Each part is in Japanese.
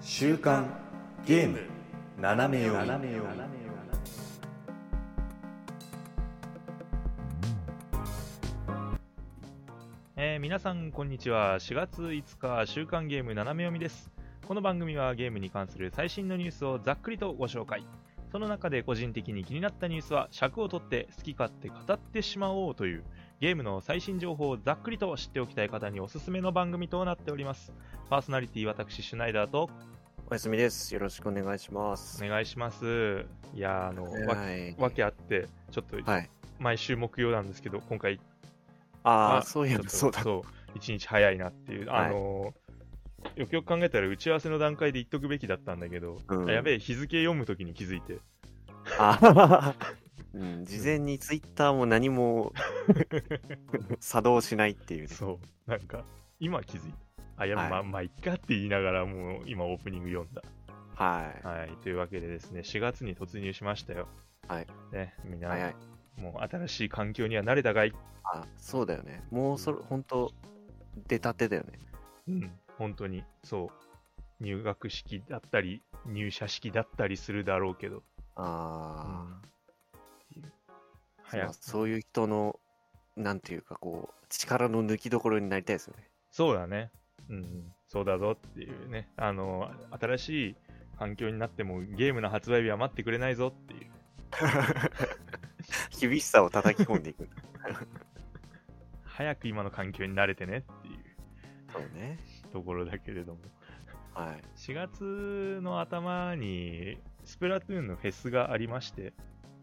週刊ゲーム斜め読みえー皆さん、こんにちは。4月5日、週刊ゲーム斜め読みです。この番組はゲームに関する最新のニュースをざっくりとご紹介。その中で個人的に気になったニュースは尺を取って好き勝手語ってしまおうというゲームの最新情報をざっくりと知っておきたい方におすすめの番組となっております。パーソナリティ私、シュナイダーとおやすみです。よろしくお願いします。お願いします。いやー、あの、わはい。わけあって、ちょっとはい。毎週木曜なんですけど、今回あああ、そういえちょっばとそうだ。そう一日早いなっていう、はいあのーよくよく考えたら打ち合わせの段階で言っとくべきだったんだけど、うんあやべえ日付読むときに気づいてあはは は うん、事前にツイッターも何も作動しないっていうね。そうなんか今気づいたあやべ、はいまあまあいっかって言いながらもう今オープニング読んだはい。はいというわけでですね4月に突入しましたよはいねみんな、はいはい。もう新しい環境には慣れたがいあ、そうだよね。もうそれ、ほんと、出たてだよね。うん本当にそう入学式だったり入社式だったりするだろうけどああ、早くまあそういう人の、なんていうか、こう、力の抜きどころになりたいですよね。 そうだね。うんうん、そうだぞっていうね。あの、新しい環境になってもゲームの発売日は待ってくれないぞっていう。厳しさを叩き込んでい く。早く今の環境に慣れてねっていうそうね。ところだけれども。はい。 4月の頭にスプラトゥーンのフェスがありまして、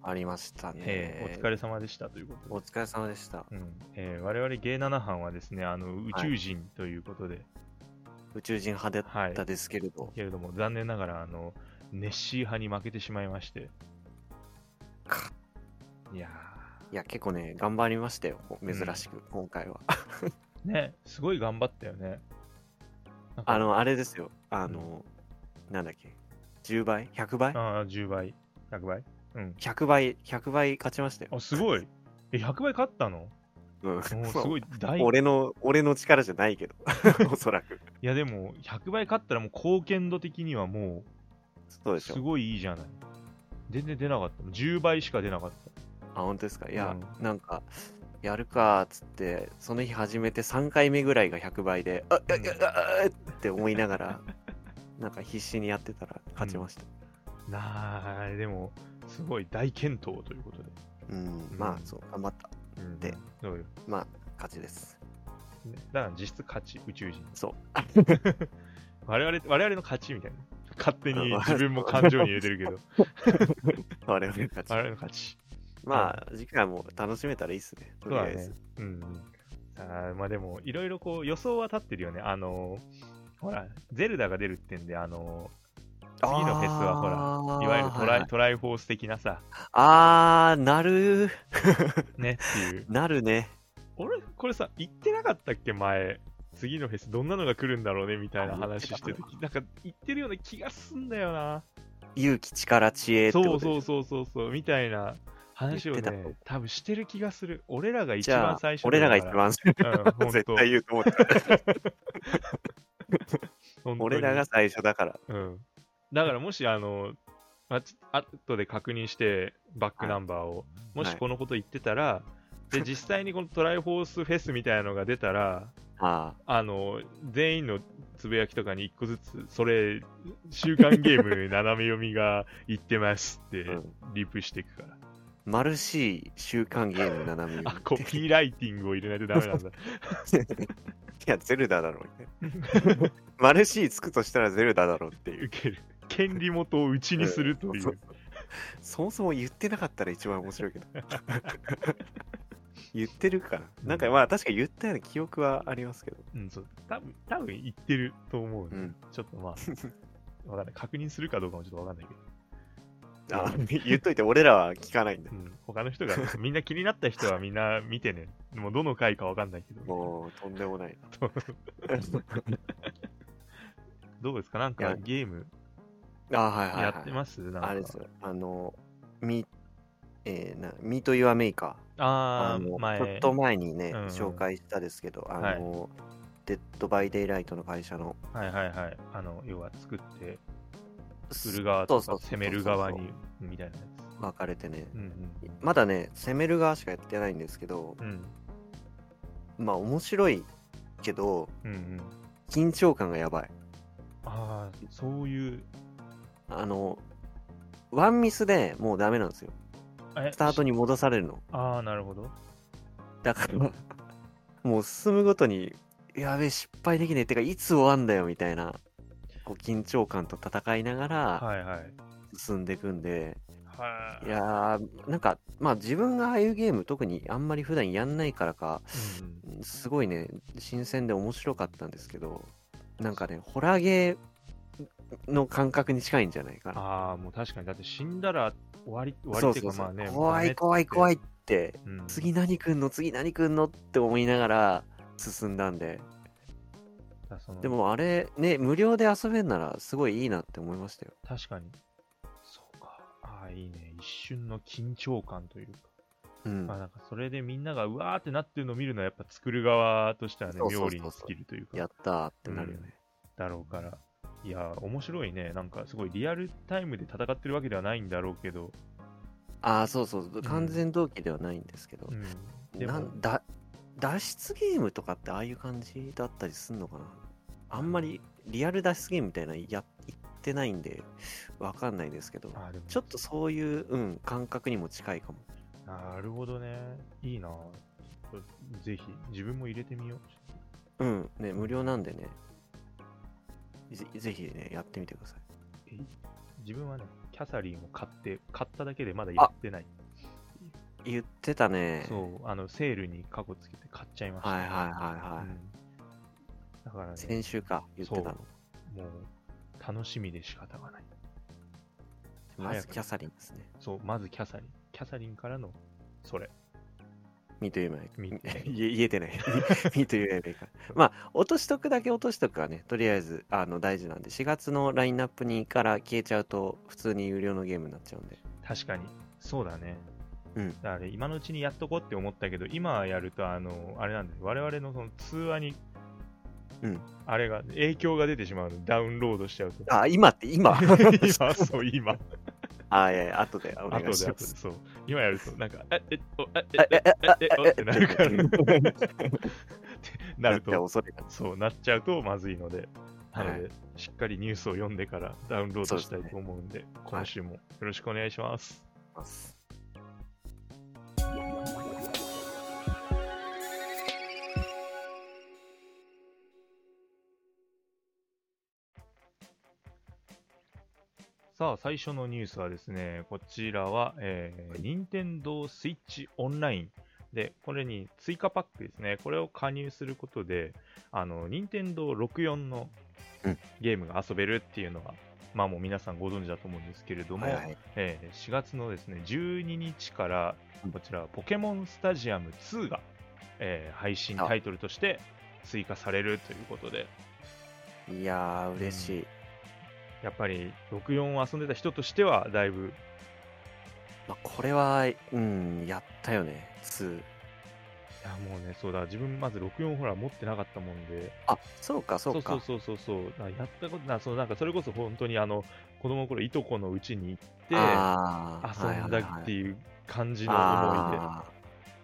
ありましたね。えーお疲れ様でしたということで。お疲れ様でした。うんえー我々ゲイ7班はですね、あの宇宙人ということで、宇宙人派だっはい。たですけれど、けれども、残念ながら、あの、ネッシー派に負けてしまいまして。かいやー、いや、結構ね、頑張りましたよ、珍しく、今回は。ね、すごい頑張ったよね。なん かあ、の、あれですよ、あの、なんだっけ、10倍 ?100 倍ああ、10倍、100倍。うん。 ?100 倍、100倍勝ちましたよ。あ、すごい。え、100倍勝ったのうん、 おーすごい。い。大い俺の、俺の力じゃないけ ど、おそらく。や、でも、100倍勝ったらもう貢献度的にはもそうう、でしすょ。ごいいいじゃない。全然出なかった。10倍しか出なかっあ、本当ですか。いや、うなんか、やるかーっつって、その日始めて3回目ぐらいが100倍で、あ、いやいや、ああって思いなが ら、なんか必死にやってたら勝ちました。た。なあ、でも、すごい大健闘ということで。うん、まあ、そう、頑張った。うん、で、そうよ。まあ、勝ちです。ねだから実質勝ち、宇宙人。そう。我々、我々の勝ちみたいな。勝手にあ自分も感情に入れて るけど、我々勝我ち。々の勝ち。まあ、次回も楽しめたらいいっすね。とそうりだあえねず。。うんうん。さあ、まあでも、いろいろこう予想は立ってるよね。あのーほら、ゼルダが出るってんで、あのー次のフェスはほら、らいわゆるトライ、はいはいトライフォース的なさ、あー、なるー、ねっていう。 なるね。俺、これさ、言ってなかったっけ、前。次のフェスどんなのが来るんだろうねみたいなあ言って話たしてる時なんか言ってるような気がすんだよな。勇気、力、知恵ってそことうでしょそうそうそうそう、みたいな話を言ってね、多分してる気がする。俺らが一じゃ番あ最、初俺らが一だから番、うん、本絶当対言うと思 った。本当に俺らが最初だから。うん。だからもし、あの、あち後で確認して、バックナンバーを、もしこのこと言ってたら、で、実際にこのトライフォースフェスみたいなのが出たら、ああの、全員のつぶやきとかに一個ずつ、それ、週刊ゲーム斜め読みが言ってますってうん、リプしていくから。ー、マルシー、週刊ゲーム斜めあ、コピーライティングを入れないとダメなんだ。 読み。いや、ゼルダだろう、ね。 マルシーつくとしたらゼルダだろうって いう。受ける。権利元をうちにするといそうう。そうそもそも言ってなかったら一番面白いけど 言ってるかななんかまあ確か言ったような記憶はありますけど、うん、そう。多分、多分言ってると思うね。ちょっとま あ、わかんない。確認するかどうかもちょっとわかんないけど。あ 言っといて俺らは聞かないんだうん、他の人が、みんな気になった人はみんな見てね。もうどの回かわかんないけど。もうとんでもない どうですかなんいかやゲームなあはいはい、はい、やってますなんか。あれですよあのみえー、なミートユアメイカーああーの前。ちょっと前にね、うんうん紹介したですけどあの、デッド・バイ・デイ・ライトの会社のはいはいはい。あの、要は作って、す作る側とそかうそうそう攻める側に、みたいなや分かれてねつ。うんまだね攻める側しかやってないんですけどうん。うん。まあ面白いけどうんうん。緊張感がやばいああ、そういう。あのワンミスでもうダメなんですよえスタートに戻されるのああ、なるほど。だから もう進むごとにやべえ失敗できねえてかいつ終わんだよみたいなこう緊張感と戦いながらはいはい。進んでいくんで、はい。い、やーなんかまあ自分がああいうゲーム特にあんまり普段やんないからかうんうんすごいね新鮮で面白かったんですけどなんかねホラーゲーの感覚に近いんじゃないかなああ、もう確かに。だって死んだら終わり、終わりそうっていそううかそまあう、ね。怖い怖い怖いい。ってうん次何くんの次何くんのって思いながら進んだんでだそのでもあれね無料で遊べんならすごいいいなって思いましたよ確かに。そうか。ああ、いいね。一瞬の緊張感というか。うんまあなんかそれでみんながうわーってなってるのを見るのはやっぱ作る側としてはね、そうそうそ妙うそう利に尽きるというやか、ったーってなるよね、だろうから。いやー、面白いね。なんかすごいリアルタイムで戦ってるわけではないんだろうけど。ああそうそう完全同期ではないんですけどう、ん。でなも、んだ脱出ゲームとかってああいう感じだったりすんのかなあんまりリアル脱出ゲームみたいなのや言ってないんでわかんないですけどあーでもちょっとそういう、うん、感覚にも近いかもなるほどね。いいなこれぜひ、自分も入れてみよう。うんね無料なんでねぜぜひねやってみてください自分はね、キャサリンを買って、買っただけでまだやってない。言ってたねそう、あの、セールに過去つけて買っちゃいました。はいはいはいはい、うんだからね、先週か言ってたのもう楽しみで仕方がない。ま早ずくキャサリンですねそう、まずキャサリン。キャサリンからの、それ。見と 言えばい見いて言え言えてない 見と言えばいいからまあ落としとくだけ落としとくはねとりあえずあの大事なんで4月のラインナップにから消えちゃうと普通に有料のゲームになっちゃうんで 確かに。そうだね。うんだから今のうちにやっとこうって思ったけど、今やると、あの、あれなんだよ。我々のその通話に、うんあれが、影響が出てしまうの。ダウンロードしちゃ うと。あ今って今今、そう、今。 あいやいや後でお後で、願いし後まですそう。今やると、なんか、え、え、お、え、えあ、え、えええ、え、おってなるから、ななっるてと、恐れがそうなっちゃうとまずいので、はなのいで、しっかりニュースを読んでからダウンロードしそたいうですと思うんで、今週もよろしくお願いします。ますさあ、最初のニュースはですね、こちらは、えー、Nintendo Switch Online で、これに追加パックですね、これを加入することで、あの、Nintendo64 のうんゲームが遊べるっていうのが、まあもう皆さんご存知だと思うんですけれども、はいはいえー4月のですね12日からこちらポケモンスタジアム2が、えー配信タイトルとして追加されるということでいやー嬉しい、やっぱり64を遊んでた人としてはだいぶまあ、これはうんやったよね2いやもうねそうだ自分まず64ほら持ってなかったもんであそうかそうかそうそうそうそうだからやったことなそうなんかそれこそ本当にあの子供の頃いとこのうちに行ってあーはい遊んはいだはいっていう感じの思いあ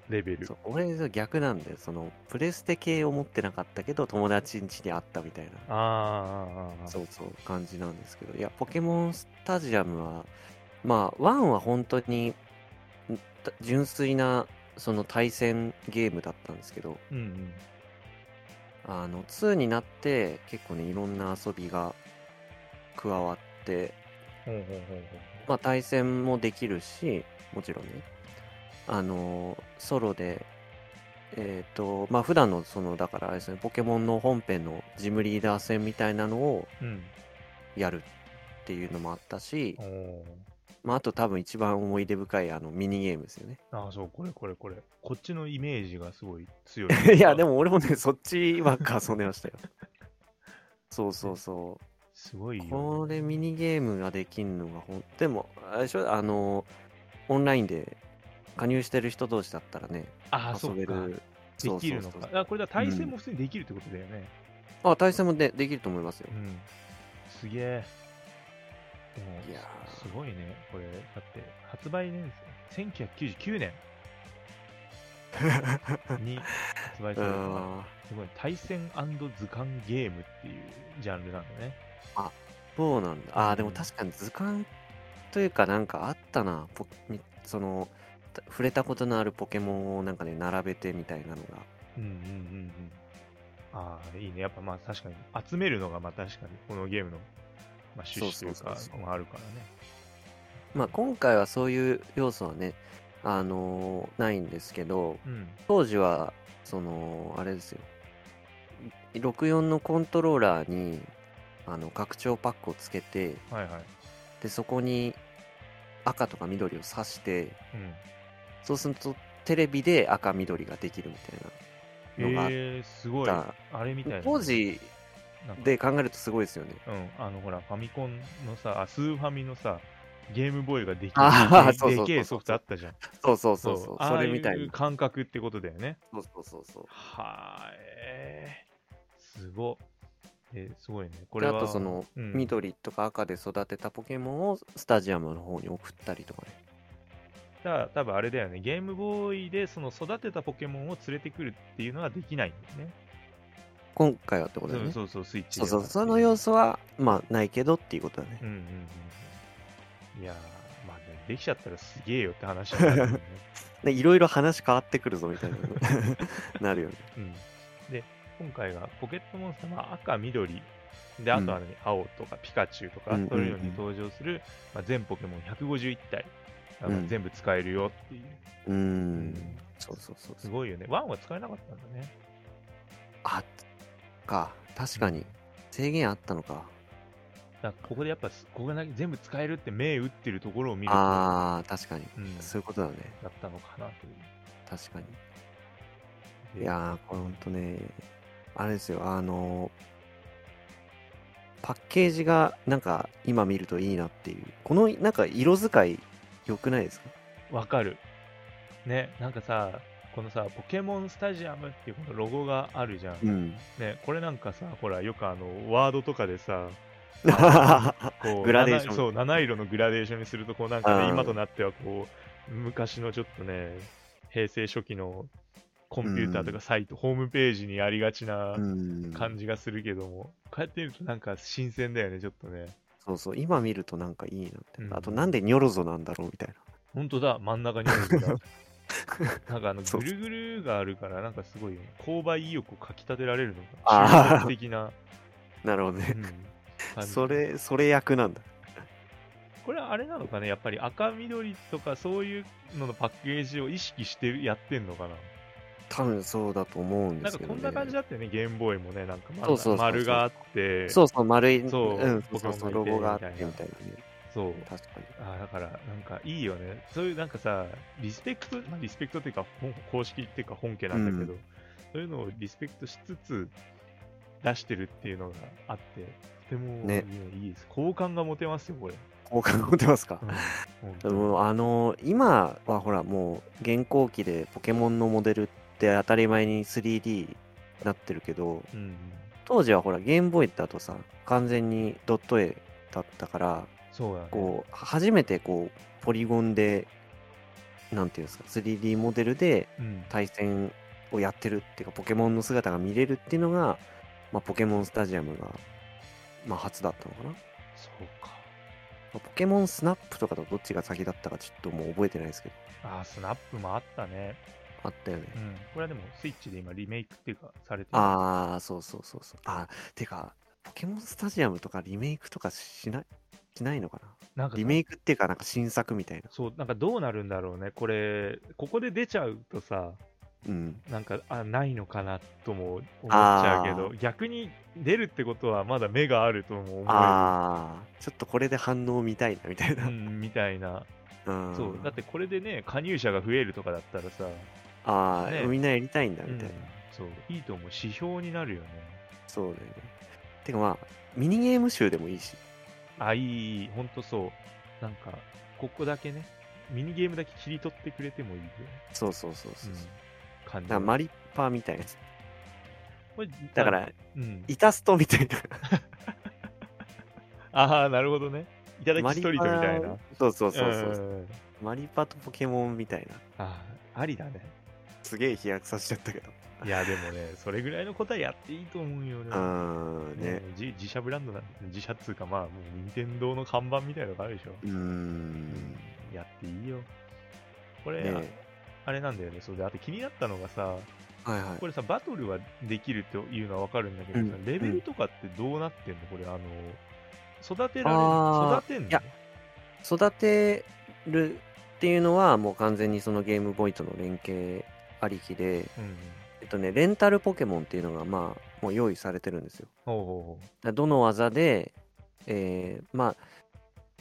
出レベルーそう俺そう逆なんだよそのプレステ系を持ってなかったけど友達ん家にあったみたいなああそうそう感じなんですけどいやポケモンスタジアムはまあ1は本当にんた純粋なその対戦ゲームだったんですけどうんうんあの2になって結構ねいろんな遊びが加わってほうほうほうほうまあ、対戦もできるし、もちろんね、あのーソロで、えっ、と、まあ、普段の、その、だからあれですね、ポケモンの本編のジムリーダー戦みたいなのをうんやるっていうのもあったしお、ーまあ、あと多分一番思い出深い、あの、ミニゲームです よね。ああ、そう、これこれこれ。こっちのイメージがすごい強い。 いや、で。も俺もね、そっちばっか遊んでま したよ。そうそうそ。すごいうよ。これミニゲームができんのがほん、でも、あれでしょ、あのーオンラインで加入してる人同士だったらね、ああ、そ遊べうか。るできるのそうそうか。そうあこれだ対戦も普通にできるってことだよね。あ対戦もでできると思いますよう。ん。すげえ。でも、いやーすごいね、これ。だって、発売年数、1999年 に発売うされたからんすごい、対戦図鑑ゲームっていうジャンルなんだね。そうなんだ。あうーんでも確かに図鑑というかなんかあったな。ポみそのた触れたことのあるポケモンをなんかね並べてみたいなのが。うんうんうんうん。ああ、いいね。やっぱまあ確かに、集めるのがまあ確かに、このゲームの、まあ、趣旨とそいううそうかそうそ、うまああるからね。まあ今回はそういう要素はねあのーないんですけど、うん。当時はそのあれですよ。64のコントローラーにあの拡張パックをつけてはいはい。でそこに赤とか緑を刺してうん。そうするとテレビで赤緑ができるみたいなのがあっえー、すごい。たあれみたいな。当時なんかで考えるとすごいですよね。うん、あのほら、ファミコンのさ、あスーファミのさ、ゲームボーイができるあーそうそうそうでそうでけえソフトあったじゃん。そうそうそうそう、あそあれみたいいうに。感覚ってことだよね。そうそうそうそう。はーえー、すごっ。えーすごいね。ここれれあは。とその、うん緑とか赤で育てたポケモンをスタジアムの方に送ったりとかね。だから多分あれだよね、ゲームボーイでその育てたポケモンを連れてくるっていうのはできないんだよね。今回はってことだよね。そうそうそう、スイッチそでうはそう、その要素は、まあ、ないけどっていうことだねう。んうんうん。いやー、まあね、できちゃったらすげえよって話になるよ ね。でいろいろ話変わってくるぞみたいな、 なるよね。うん、で今回がポケットモンスター、まあ、赤、緑であとは、ね青とかピカチュウとか、うんうんうんそういうのに登場する、まあ、全ポケモン151体が、まあうん全部使えるよっていう、うーうんん。そうそうそうすそう。ごいよねワンは使えなかったんだねあか、確かに。制限あったのか。だからここでやっぱすここが全部使えるって銘打ってるところを見ると、あー、確かに。うん、そういうことだね。だったのかなという確かに。でいやー、これほんとね、あれですよ、あのーパッケージがなんか今見るといいなっていう、このなんか色使い良くないですかわかるねなんかさこのさポケモンスタジアムっていうこのロゴがあるじゃん、ん。 ねこれなんかさほらよくあのワードとかでさこうグラデーション七そう七色のグラデーションにするとこうなんか、ね、うん今となってはこう昔のちょっとね平成初期のコンピューターとかサイト、ホームページにありがちなうん感じがするけども、こうやって見るとなんか新鮮だよねちょっとねそうそう、今見るとなんかいいなみたいな。うんあと、なんでニョロゾなんだろうみたいな。 本当だ真ん中にあるからなんかあのそぐうるぐるがあるからなんかすごいよね購買意欲をかきたてられるのあがー中毒的な、なるほどうね。ん感じそれ、それ役なんだ。これはあれなのかねやっぱり赤緑とかそういうののパッケージを意識してやってんのかな多分そうだと思うんでなんすかけこど、ね。んな感じだったよね、ゲームボーイもね、なんかまだそうそうそうそう丸があって、そうそう、丸い、、そうんそうそうそう、ポロケモゴンががあいっててみみたたいいななね。そう確かに。あーだから、なんかいいよね、そういうなんかさ、リスペクト、まあリスペクトっていうか、本公式っていうか本家なんだけど、そういうのをリスペクトしつつ出してるっていうのがあって、とても、ねいいいいです。好感が持てますよ、これ。好感持てますか本当にもうあの今はほらもう現行機でポケモンのモデルって当たり前に 3D になってるけどうん、当時はほらゲームボーイだとさ完全にドット絵だったからそうだね。こう初めてこうポリゴンでなんていうんですか 3D モデルでうん対戦をやってるっていうかポケモンの姿が見れるっていうのが、まあ、ポケモンスタジアムが、まあ、初だったのかな、まそうか。あポケモンスナップとかとどっちが先だったかちょっともう覚えてないですけどあー、スナップもあったね。あったよねうん。これはでも、スイッチで今リメイクっていうか、されてるああ、そうそうそうそう。あてか、ポケモンスタジアムとかリメイクとかしない、しないのかななんかさリメイクっていうか、なんか新作みたいな。そう、なんかどうなるんだろうね、これ、ここで出ちゃうとさ、うん。なんか、あ、ないのかなとも思っちゃうけあど、逆に出るってことは、まだ目があるとも思う。ああ、ちょっとこれで反応見たいな、みたいうな。ん、みたいな。うん。そう、だってこれでね、加入者が増えるとかだったらさ、ああ、ねみんなやりたいんだ、うみんたいな。そう、いいと思う、指標になるよね。そうだよね。てかまあ、ミニゲーム集でもいいし。あ、いい、いい、ほんとそう。なんか、ここだけね、ミニゲームだけ切り取ってくれてもいいよ。そうそうそうそうう。ん感じだからマリッパーみたいなやつ。これだか、ら、うん、イタストみた いな。ああなるほどねいただきマスリトリートみたいなパそうそうそうそう、んマリパとポケモンみたいな。あーありだねすげえ飛躍させちゃったけど。いやで もねそれぐらいの答えやっていいと思うよう俺はーん、ね。自自社ブランドなん自社っつうかまあもう任天堂の看板みたいなのがあるでしょ、うーん。やっていいよこれ、ねあれなんだよねそうであと気になったのがさはいはい。これさバトルはできるっていうのは分かるんだけどさ、うんレベルとかってどうなってんのこれあの育てられるあー育てんのいや育てるっていうのはもう完全にそのゲームボーイとの連携ありきで、うんうんえっとね、レンタルポケモンっていうのがまあ、もう用意されてるんですよ。ほうほだからどの技で、えーまあ、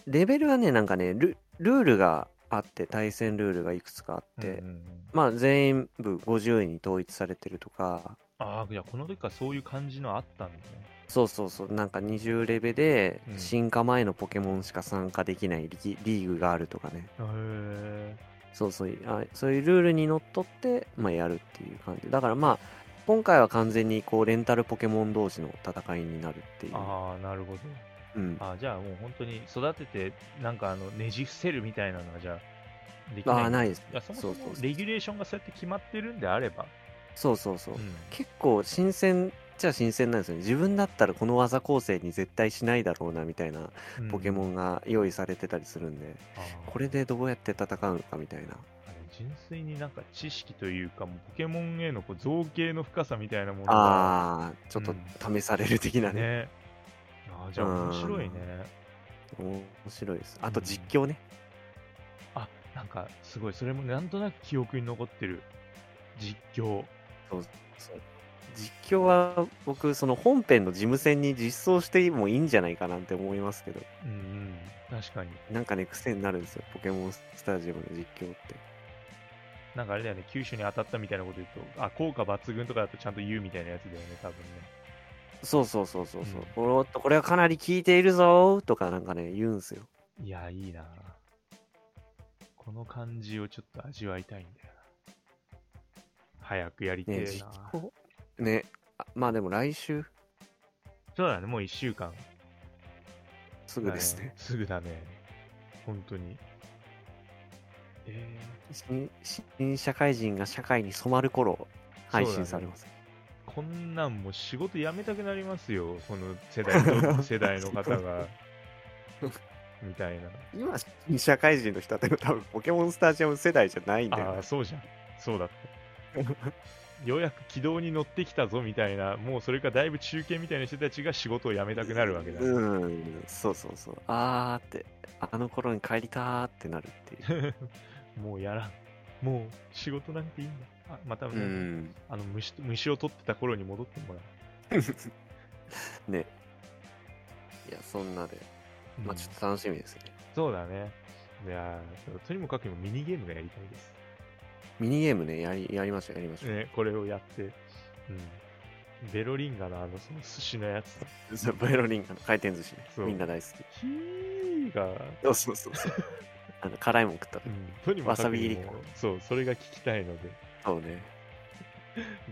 レベルはね、なんかね、ルルールがあって、対戦ルールがいくつかあうほうって、うんうんうんまあ、全部50位に統一されてるとか、ああいやこの時からそういう感じのあったんだねそうそうそう、なんか20レベでう、ん進化前のポケモンしか参加できないリギリーグがあるとかね、へえそうそういあ、そういうルールにのっとって、まあ、やるっていう感じ。だからまあ、今回は完全にこうレンタルポケモン同士の戦いになるっていう。ああなるほどうん、あーじゃあもう本当に育ててなんかあのねじ伏せるみたいなのはじゃあできあないーないですいやそもそもそうそうそうレギュレーションがそうやって決まってるんであれば、そうそうそうう。ん結構新鮮っちゃ新鮮なんですよね。自分だったらこの技構成に絶対しないだろうなみたいなうんポケモンが用意されてたりするんで、あーこれでどうやって戦うのかみたいな。あれ純粋になんか知識というかもうポケモンへのこう造形の深さみたいなものがあー、ちょっと試される的なね。ねあーじゃあ面白いね面白いです。あとうん実況ね。あなんかすごいそれもなんとなく記憶に残ってる実況実況は僕、その本編の事務戦に実装してもいいんじゃないかなって思いますけど、うんうん確かになんかね、癖になるんですよ。ポケモンスタジアムの実況って。なんかあれだよね九州に当たったみたいなこと言うとあ効果抜群とかだとちゃんと言うみたいなやつだよね多分ねそうそうそうそうそううん。おーっと、これはかなり効いているぞーとかなんかね、言うんすよ。いや、いいなこの感じをちょっと味わいたいんだよな。早くやりてえねな、実況ねあまあでも来週そうだね、もう1週間。すぐですね。すぐだね。本当に。え新新社会人が社会に染まる頃配信されます。ー、こんなんもう仕事辞めたくなりますよ。この 世代の世代の方が。みたいな。今、新社会人の人は多分ポケモンスタジアム世代じゃないんだよああ、な。そうじゃん。そう だった。ようやく軌道に乗ってきたぞみたいな、もうそれかだいぶ中堅みたいな人たちが仕事を辞めたくなるわけだ。うん、そうそうそう。あーって、あの頃に帰りたーってなるって いう。もうやらん。もう仕事なんていいんだ。あまたね、うん。あの虫と虫を取ってた頃に戻ってもらう。ね。いや、そんなで、まあちょっと楽しみですね。そうだね。いやーとにもかくにもミニゲームがやりたいです。ミニゲームね、やり、やりましょう、やりましょう。ね、これをやって。うん。ベロリンガのあの、その寿司のやつ。そうバイロリンガの回転寿司ね。そうみんな大好き。ひーが、そうそうそう そう。あの、辛いもん食ったらう。ん、とにもかくにもわさび入りかそう、それが聞きたいので、そうね。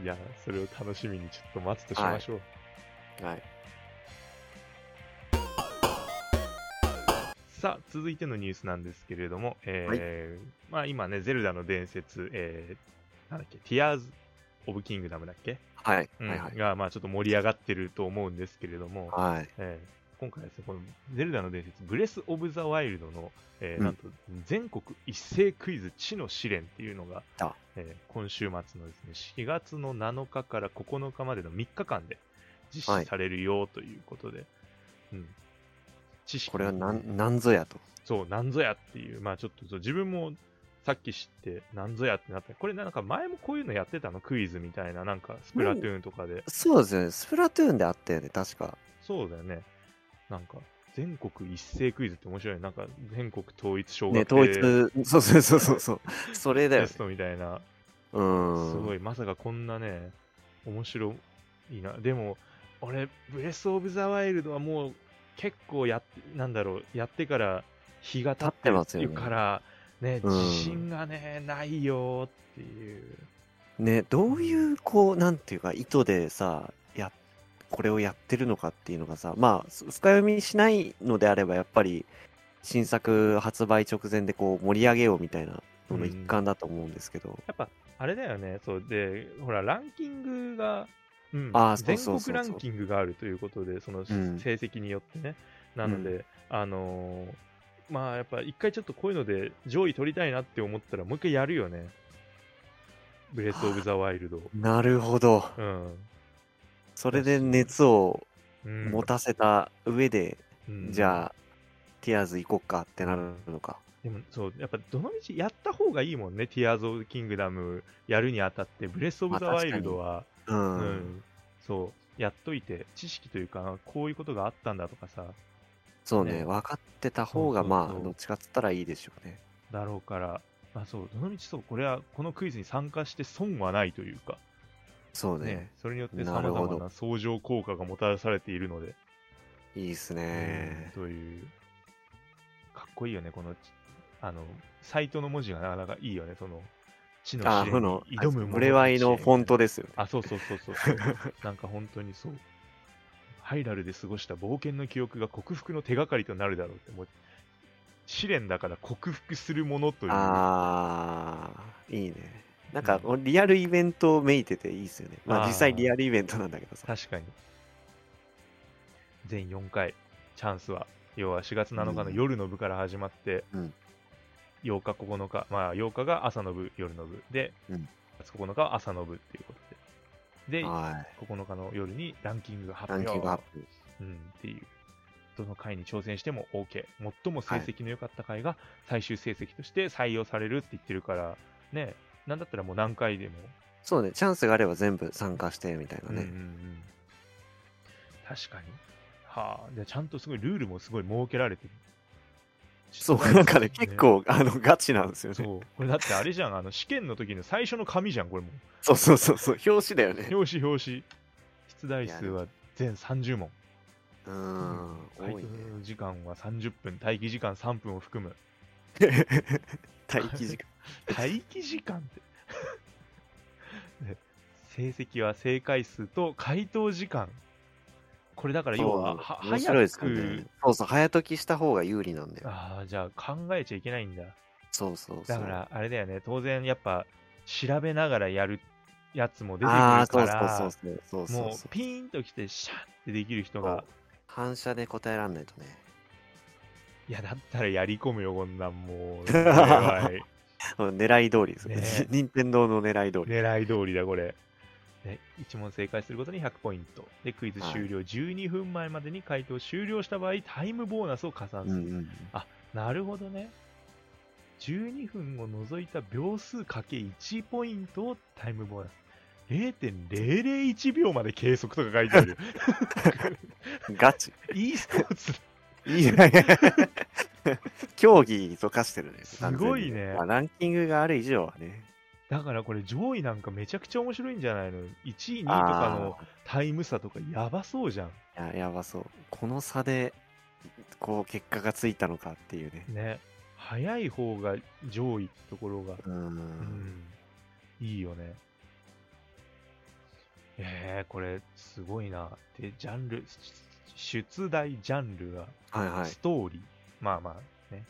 いやー、それを楽しみにちょっと待つとしましょう。はい。さあ、続いてのニュースなんですけれども、えーまあ、今ね、ゼルダの伝説、えーなんだっけ、ティアーズ・オブ・キングダムだっけ、はい。うんはいはい。が、まあ、ちょっと盛り上がってると思うんですけれども、はい。えー今回はですね、このゼルダの伝説、ブレス・オブ・ザ・ワイルドの、えーうんなんと、全国一斉クイズ、地の試練っていうのがあ、えー今週末のですね、4月の7日から9日までの3日間で実施されるよということで、うん。知識これはなん、なんぞやと。そう、なんぞやっていう、まあちょっとそう自分もさっき知って、なんぞやってなった。これなんか前もこういうのやってたのクイズみたいな、なんかスプラトゥーンとかで。そうですよね。スプラトゥーンであったよね、確か。そうだよね。なんか、全国一斉クイズって面白いね。なんか、全国統一小ね、学統生一、そうそうそうそうそう。それだよテねス。トみたいな。うすん。ごい、まさかこんなね、面白いな。でも、俺、ブレス・オブ・ザ・ワイルドはもう結構やっ、なんだろう、やってから日が経って経ってますよねるから、ね、うん自信がね、ないよっていう。ね、どういう、こう、なんていうか、意図でさ、や、これをやってるのかっていうのがさ、まあ、す深読みしないのであれば、やっぱり、新作発売直前でこう盛り上げようみたいなのの一環だと思うんですけど、やっぱ、あれだよね、そう、で、ほら、ランキングが、うん、あーそう全そうそう国そうランキングがあるということで、そのん成績によってね。なので、うあのーまあ、やっぱ一回ちょっとこういうので上位取りたいなって思ったら、もう一回やるよね。ブレス・オブ・ザ・ワイルド。なるほど。うん。それで熱をうん持たせた上で、うんじゃあ、ティアーズ行こっかってなるのか。でもそう、やっぱどの道やった方がいいもんね、ティアーズ・オブ・キングダムやるにあたって、ブレス・オブ・ザ・まあワイルドは、う。うんん、そう、やっといて、知識というか、こういうことがあったんだとかさ、そうねね分かってた方が、そうそうそうまあ、どっちかっつったらいいでしょうね。だろうから、まあそう、どの道そう、これはこのクイズに参加して損はないというか、そうね。ね、それによって様なるほど々な相乗効果がもたらされているので、いいっすね。うんという、かっこいいよね、この、あの、サイトの文字がなかなかいいよね、その、地のあ、試こ練のに、挑む者ブレワイのフォントトですよね。あ、そうそうそうそう そう。なんか本当にそう。ハイラルで過ごした冒険の記憶が克服の手がかりとなるだろうって、もう、試練だから克服するものという。あー、いいね。なんか、うリアルイベントをめいてていいっすよね。まああ、ー実際リアルイベントなんだけどさ。確かに。全4回、チャンスは、要は4月7日の夜の部から始まって、うん8日、9日、まあ8日が朝の部、夜の部で、うん9日は朝の部っていうことで。で、は9日の夜にランキングがい。発ラン表。キングアップ。うん、っていう。どの回に挑戦しても OK。最も成績の良かった回が最終成績として採用されるって言ってるから、ね、なんだったらもう何回でも。そうね。チャンスがあれば全部参加して、みたいなうんうんね。うん確かに。はあ、でちゃんとすごいルールもすごい設けられてる。そう、なんかね、結構、あの、ガチなんですよね。ね。そう。これだってあれじゃん、あの試験の時の最初の紙じゃん、これもう。そうそうそうそう、表紙だよね。表紙表紙。出題数は全30問。うーん、多回い答ね。 時間は30分、待機時間3分を含む。待機時間。待機時間って ね成績は正解数と回答時間これだから要はは面白い早ですよくね。そうそう、早解きした方が有利なんだよ。ああじゃあ考えちゃいけないんだそうそうそう。だからあれだよね当然やっぱ調べながらやるやつも出てくるああ、かそうそうらそうそうそうそうもそうピーンときてシャッてできる人が反射で答えらんないとね。いやだったらやり込むよこんなん もう狙いうん狙い通りですねね。 任天堂の狙い通り。狙い通りだこれ、ね、1問正解することに100ポイントでクイズ終了12分前までに回答終了した場合タイムボーナスを加算うすんる、うん。なるほどね12分を除いた秒数かけ1ポイントをタイムボーナス0.001秒まで計測とか書いてあ るガチ。 e スポーツいいね。 競技と化してるね。完全にすごいねまあランキングがある以上はね。だからこれ上位なんかめちゃくちゃ面白いんじゃないの1位2位とかのタイム差とかやばそうじゃんあーいややばそう。この差で、こう、結果がついたのかっていうね。ね早い方が上位ってところがうーん。うん、いいよね。えー、これすごいな。で、ジャンル、出出題ジャンルが、はいはいス。トーリー、まあまあね。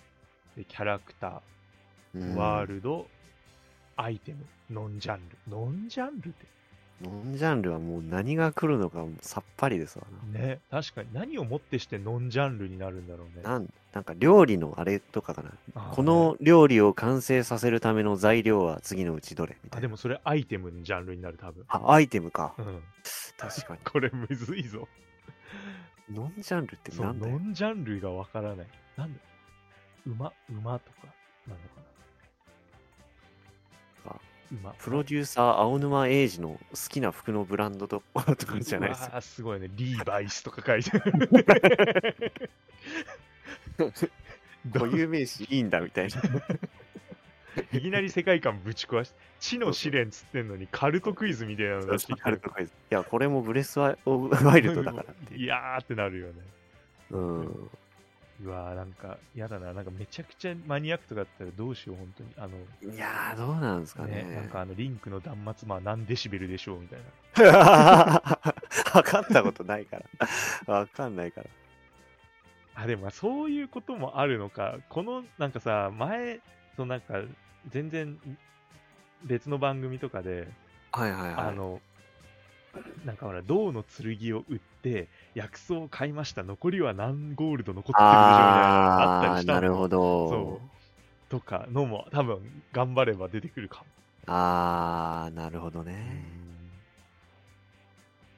で、キャラクター、ワールド、アイテム、ノンジャンル。ノンジャンルってノンジャンルはもう何が来るのかもうさっぱりですわね、確かに何をもってしてノンジャンルになるんだろうね。な。なんなんか料理のあれとかかな。あーこの料理を完成させるための材料は次のうちどれみたあ、いでな。もそれアイテムのジャンルになる、多分。あ、アイテムかう。ん。確かに。これむずいぞ。ノンジャンルってそうなんだノよ。ンジャンルがわからない。なんだ馬、馬とか、なのかあな馬。プロデューサー青沼英二の好きな服のブランドととかじゃないですあすごいね。リーバイスとか書いてあ る。か。固有名詞いいんだみたいな。いきなり世界観ぶち壊して、地の試練っつってんのにカルトクイズみたいなの出してきあてるとか いや、これもブレスワイオブワイルドだからっていう。いやーってなるよね。うん。いうわーなんか、やだな。なんかめちゃくちゃマニアックとかだったらどうしよう、本当に。あの、いやー、どうなんですかね。なんかあの、リンクの断末魔は何デシベルでしょうみたいな。 測ったことないから。 わかんないから。あ、でもまあそういうこともあるのか。この、なんかさ、前、そのなんか、全然別の番組とかで、はいはいはい。あの、なんかほら、銅の剣を売って、薬草を買いました。残りは何ゴールド残ってるでしょうみたいなのがあったありーしたなるほど。そう。とかのも、多分、頑張れば出てくるかも。あー、なるほどね。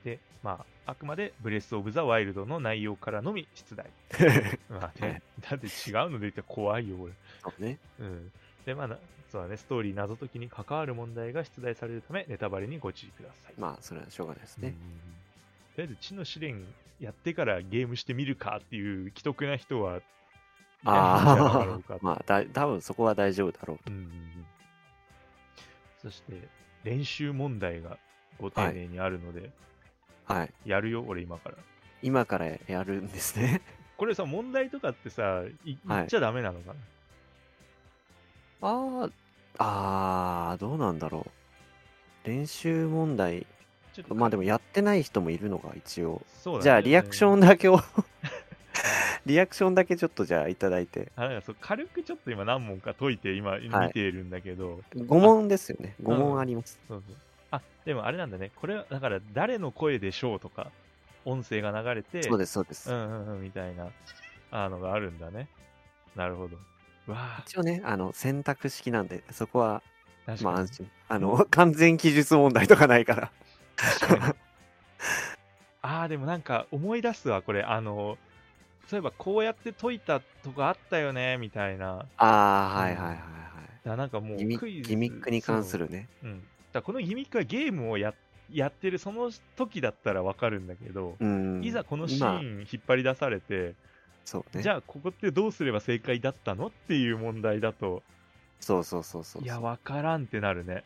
で、まあ、あくまでブレス・オブ・ザ・ワイルドの内容からのみ出題。 まあはいね、だって違うの出て怖いよ、俺。そうね。うん。で、まあな、そうだね、ストーリー謎解きに関わる問題が出題されるため、ネタバレにご注意ください。まあ、それはしょうがないですうんね。とりあえず、地の試練やってからゲームしてみるかっていう既得な人は、あいあ や、まあ、だ多分そこは大丈夫だろう。うんうんうんそして、練習問題がご丁寧にあるので、はい。やるよ、俺今から。今からやるんです ね。これさ、問題とかってさ、い言っちゃダメなのかな、ああ、ああ、どうなんだろう。練習問題。ちょっとまあでもやってない人もいるのか、一応。そうだねじゃあ、リアクションだけを。リアクションだけちょっとじゃあいただいて。あなんかそう軽くちょっと今何問か解いて今見ているんだけど、 5問ですよね。ん5問あります。そうそうあでもあれなんだねこれはだから誰の声でしょうとか音声が流れてそうです、そうですう。んうんうんみたいなあのがあるんだねなるほどうわあ一応ね、あの、選択式なんで、そこは、確まあか安に心。あの、完全記述問題とかないから。確かにあーでもなんか思い出すわこれあのそういえばこうやって解いたとこあったよねみたいなああ、はいはいはいはだからなんかもい。うギミクイッズギミックに関するるね。う、ん、だからこのギミックはゲームをややってるその時だったらわかるんだけど、うん。いざこのシ今ーン引っ張り出されて、そうね。じゃあここってどうすれば正解だったのっていう問題だとそうそうそうそうそう。いやわからんってなるね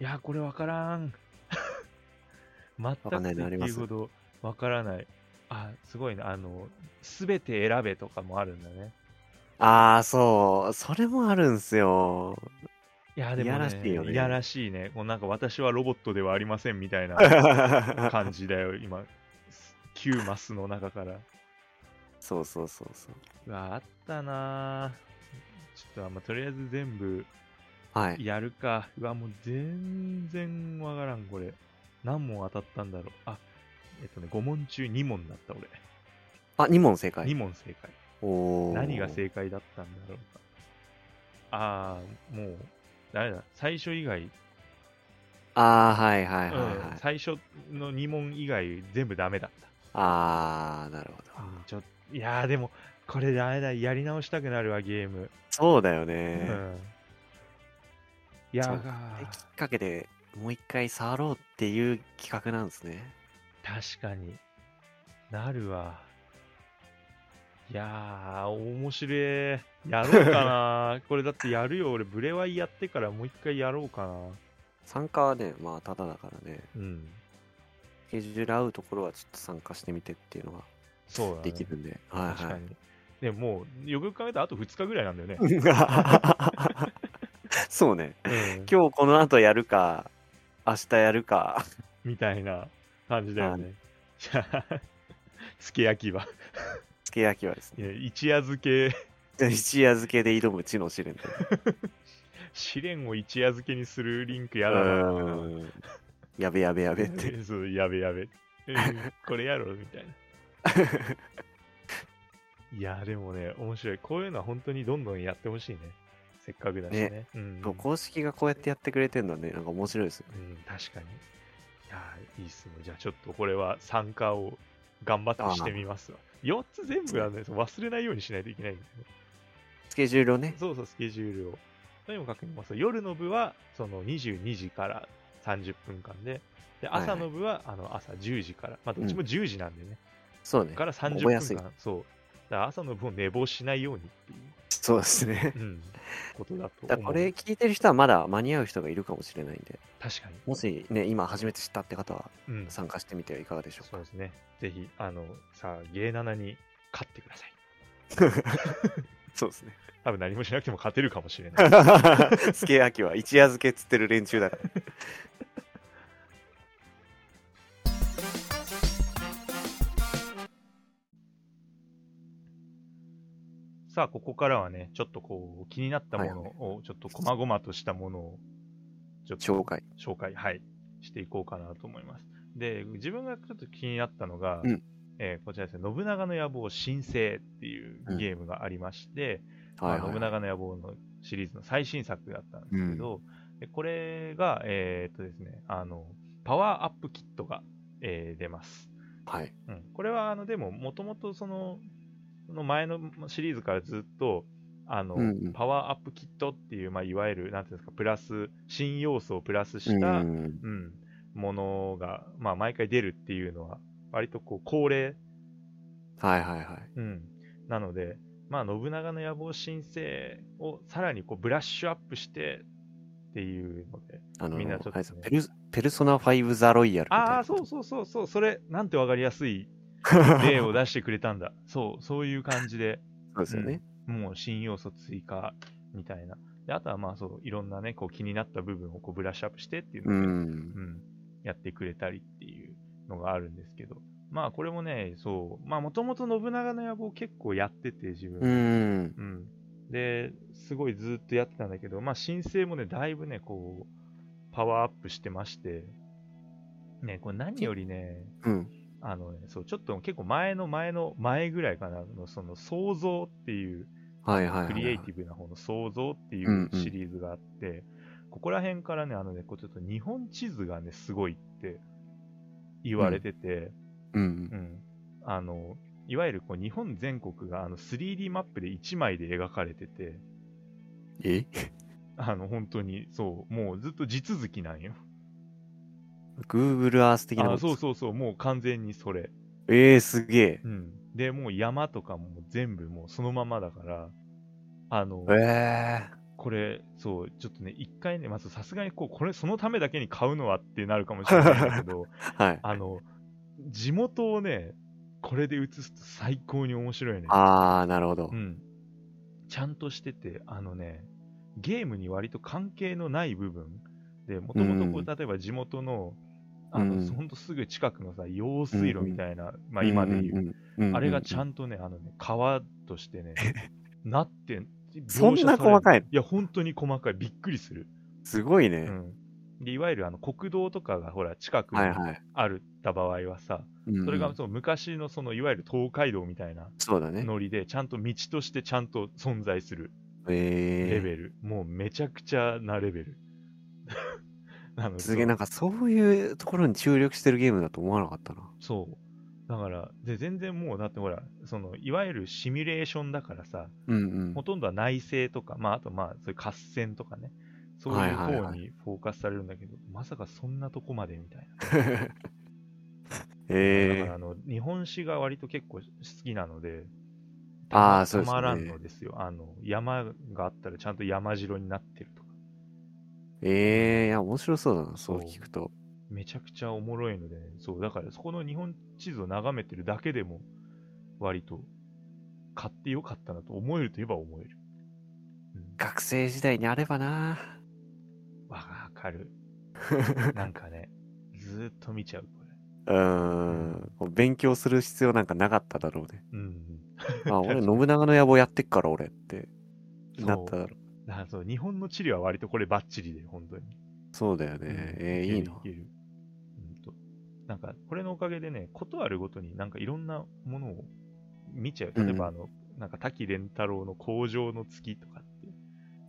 いやこれわからん全くわかんないのありますっていうほどわからないあすごいなあの全て選べとかもあるんだねああ、そう。それもあるんすよ。いやでも、ね、いやらしいよねいやらしいねもうなんか私はロボットではありませんみたいな 感じだよ今9マスの中からそうそうそうそうわあったなぁちょっとあんまとりあえず全部う。はい。 やるかうわもう全然わからんこれ何問当たったんだろうあえっとね5問中2問だった俺、あ、2問正解2。問正解おー何が正解だったんだろうかああもうダメだ最初以外、ああ、はいはいはいはい。うん最初の2問以外全部ダメだっああ、なるほどた、。ちょっといやーでもこれダメだやり直したくなるわゲーム、そうだようね。んいやそうーできっかけでもう一回触ろうっていう企画なんですね。確かになるわいやー面白えやろうか なこれだってやるよ俺ブレワイやってからもう一回やろうかな参加はね、まあ、ただだからね、うんスケジュール合うところはちょっと参加してみてっていうのがそうだ、ね、できるんで、は確いはかいに、でももうよくよく考えたらあと2日ぐらいなんだよね、。そうね、うん、今日この後やるか、明日やるか、 みたいな感じだよねじゃあ つけ焼きはつけ焼きはですいね、や一夜漬け一夜漬けで挑む地の試練で。試練を一夜漬けにするリンクやうだなーんやべやべやべって。え そうやべやべ、えーこれやろみたいな いやでもね面白いこういうのは本当にどんどんやってほしいねせっかくだしねうん、そう公式がこうやってやってくれてるのはね、なんか面白いですよね。うん、確かにいやーいいっすねじゃあちょっとこれは参加を頑張ってしてみますわ4つ全部はねそう忘れないようにしないといけないんだよねスケジュールをね、そうそうスケジュールをとにもかくにもそう夜の部はその22時から30分間でではいはい朝の部は、あの朝10時から、まあ、どっちも10時なんでね、そうねか、ら30覚えやす分い間、そう。だから朝の分を寝坊しないようにっていそうですね。う、うん、ことだと思う。だからこれ聞いてる人はまだ間に合う人がいるかもしれないんで、確かに。もしね、今初めて知ったって方はうん、参加してみてはいかがでしょうそかう。ですね。ぜひ、あの、さあ、ゲイナナに勝ってください。そうですね。多分何もしなくても勝てるかもし れない。スケアキは一夜漬けっつってる連中だから。さあ、ここからはね、ちょっとこう、気になったものを、ちょっと細々としたものを、ちょっと紹介。紹介、はい、していこうかなと思います。で、自分がちょっと気になったのが、うんえーこちらですね、信長の野望新生っていうゲームがありまして、はいまあはい、信長の野望のシリーズの最新作だったんですけど、でこれが、えーっとですね、あの、パワーアップキットが、えー出ます。はい。うん、これは、あの、でも、もともとその、その前のシリーズからずっと、あの、うんうんパワーアップキットっていう、まあ、いわゆる、なんていうんですか、プラス、新要素をプラスうした、ん。うん、ものが、まあ、毎回出るっていうのは、割とこう恒例、はいはいはい。うん、なので、まあ、信長の野望申請をさらにこうブラッシュアップしてっていうので、あの、みんなちょっとねあれですよペルペルソナ5ザロイヤルみたいな。ああ、そうそうそうそう、それ、なんてわかりやす い例を出してくれたんだ、そう、そういう感じで、 そうですよね。もう新要素追加みたいな。であとはまあそういろんなねこう気になった部分をこうブラッシュアップしてっていううので、ん。うん、やってくれたりっていうのがあるんですけど、まあこれもね、そう、まあもともと信長の野望結構やってて、自う分、ん。うん。で、すごいずっとやってたんだけど、まあ申請もね、だいぶね、こう、パワーアップしてまして、ね、これ何よりね、うん。あのね、そう、ちょっと結構前の前の前ぐらいかな、あのその創造っていう、はいはいはいはい。クリエイティブな方の創造っていんうううんシリーズがあって、ここら辺からね、あのね、こうちょっと日本地図がね、すごいって言われてて、うんう。んあの、いわゆるこう日本全国があの 3D マップで1枚で描かれてて、えあの、本当に、そう、もうずっと地続きなんよ。 ?Google Earth 的なことあそうそうそう、もう完全にそれ。ええー、すげえ。うん。で、もう山とかも全部もうそのままだから、あの、えこれ、そう、ちょっとね、一回ね、まずさすがにこう、これ、そのためだけに買うのはってなるかもしれないんだけど、えはい。あの、地元をね、これで映すと最高に面白いね。ああ、なるほどう。ん。ちゃんとしてて、あのね、ゲームに割と関係のない部分で、もともとこうんう、例えば地元の、あの、うんほんとすぐ近くのさ、用水路みたいな、まあ今で言う、うん。あれがちゃんんとね、あのね、川とし てね、なって、そんな描写される細かいのいや、本当に細かい。びっくりする。すごいうね。ん。で、いわゆるあの国道とかがほら、近くにはいはい。あるった場合はさ、うんそれがその昔のその、いわゆる東海道みたいなそうだね。ノリで、ちゃんと道としてちゃんと存在するえレえベル。もうめちゃくちゃなレベル。 なのですげえ、なんかそういうところに注力してるゲームだと思わなかったな。そう。だから、で、全然もう、だってほら、その、いわゆるシミュレーションだからさ、うんうんほ。とんどは内政とか、まあ、あとまあ、そういう合戦とかね、そういうはいはい方はにフォーカスされるんだけど、まさかそんなとこまでみたいな。だ えかえらあの日本史が割と結構好きなので、あーたまたまらそうんですねのですよ。あの山があったらちゃんと山城になってるとか、ええいや、面白そうだな、そうそう聞くと。めちゃくちゃおもろいのでね、そう、だからそこの日本地図を眺めてるだけでも、割と買ってよかったなと思えるといえば思える。うん学生時代にあればな。わ かる。なんかね、ずーっと見ちゃう、こうーん。こう勉強する必要なんかなかっただろう ね。れ。うん。あ、俺、信長の野望やってっから、俺って。そうなっただろう。だからそう、日本の地理は割とこれバッチリで、本当に。そうだようんね。ええいいな。けるいけるうんとなんか、これのおかげでね、ことあるごとになんかいろんなものを見ちゃう。例えば、あの、なんか滝蓮太郎の工場の月とかって、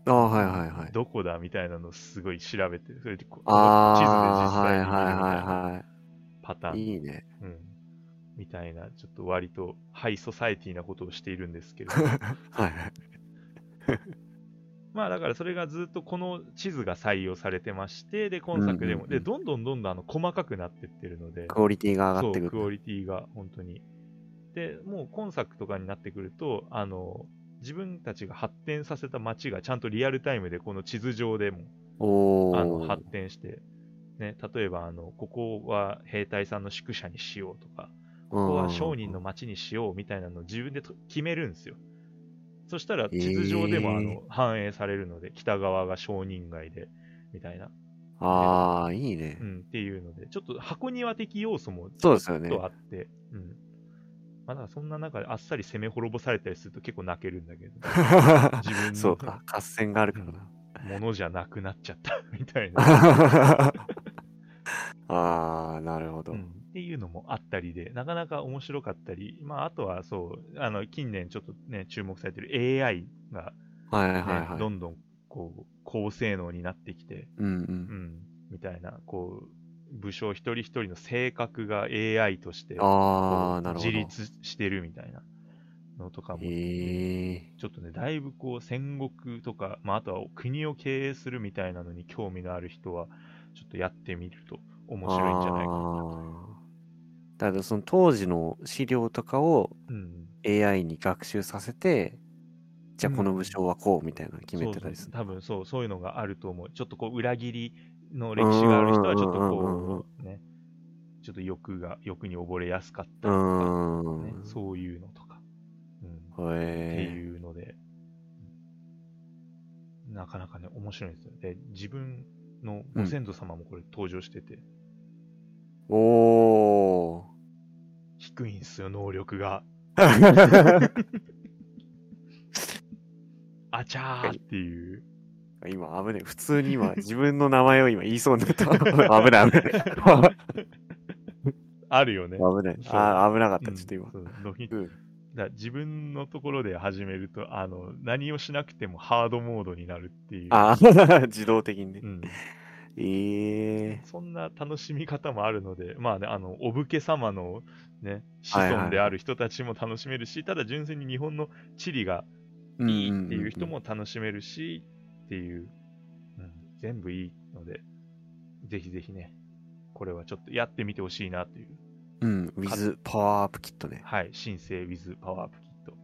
ああ、はいはいはい。どこだみたいなのすごい調べて、それでこうあ地図あ、はで実い際には見るみたいないはパターい。ン、いいね。うん、みたいな、ちょっと割とハイソサイティなことをしているんですけ れど、はいはい。まあだからそれがずっとこの地図が採用されてまして、で、今作でうんうんも、うんで、どんどんどんどんあの細かくなってってるので、クオリティが上がそってう、くクオる。リティが本当に。で、もう今作とかになってくると、あの、自分たちが発展させた街がちゃんとリアルタイムでこの地図上でもおあのお。発展して、ね、例えばあの、ここは兵隊さんの宿舎にしようとか、ここはうん商人の町にしようみたいなのを自分でと決めるんですよ。そしたら地図上でもあの、えー反映されるので、北側が商人街で、みたいな、ああ、いいねう。ん、っていうので、ちょっと箱庭的要素もちそうょでっすよねとあって、うん。まあ、だからそんな中であっさり攻め滅ぼされたりすると結構泣けるん だけど、自分のそうか、合戦があるから な。ものじゃなくなっちゃったみた いな、ああ、なるほど。うんっていうのもあったりで、なかなか面白かったり、まあ、あとはそう、あの、近年ちょっとね、注目されてる AI が、はいはいねはい。どんどんこう高性能になってきて、うんう。うんん、みたいなこう武将一人一人の性格が AI としてこああ、うなるほど。自立してるみたいなのとかも、ええちょっとねだいぶこう戦国とか、まあ、あとは国を経営するみたいなのに興味のある人はちょっとやってみると面白いんじゃないかな、あーだからその当時の資料とかをうん AI に学習させて、じゃあこのうん武将はこうみたいなの決めてそたうりそすうる。多分そうそういうのがあると思うちょっとこう裏切りの歴史がある人はちょっとうんうんうんうんこうねちょっと欲が欲に溺れやすかったうりとか、ーねん。そういうのとか、うん、ってへえ。いうので、なかなかね、面白いんですよ。で、自分のご先祖様もこれ登場してて、おお。低いんですよ、能力が。 あちゃーっていう。今危ねえ。普通に今、自分の名前を今言いそうになった。危ない危ない。 あるよね。危ない。あー危なかった。ちょっと今うん。そうドキッうんだ自分のところで始めると、あの、何をしなくてもハードモードになるっていう。ああ、自動的にねう。んええそんな楽しみ方もあるので、まあね、あの、お武家様のね、子孫である人たちも楽しめるし、ただ純粋に日本の地理がー。いいっていう人んんん。も楽しめるし、っていう、うん、全部いいので、ぜひぜひね、これはちょっとやってみてほしいなという、うん。with パワーアップキットね。はい、新生 with パワーアップキット。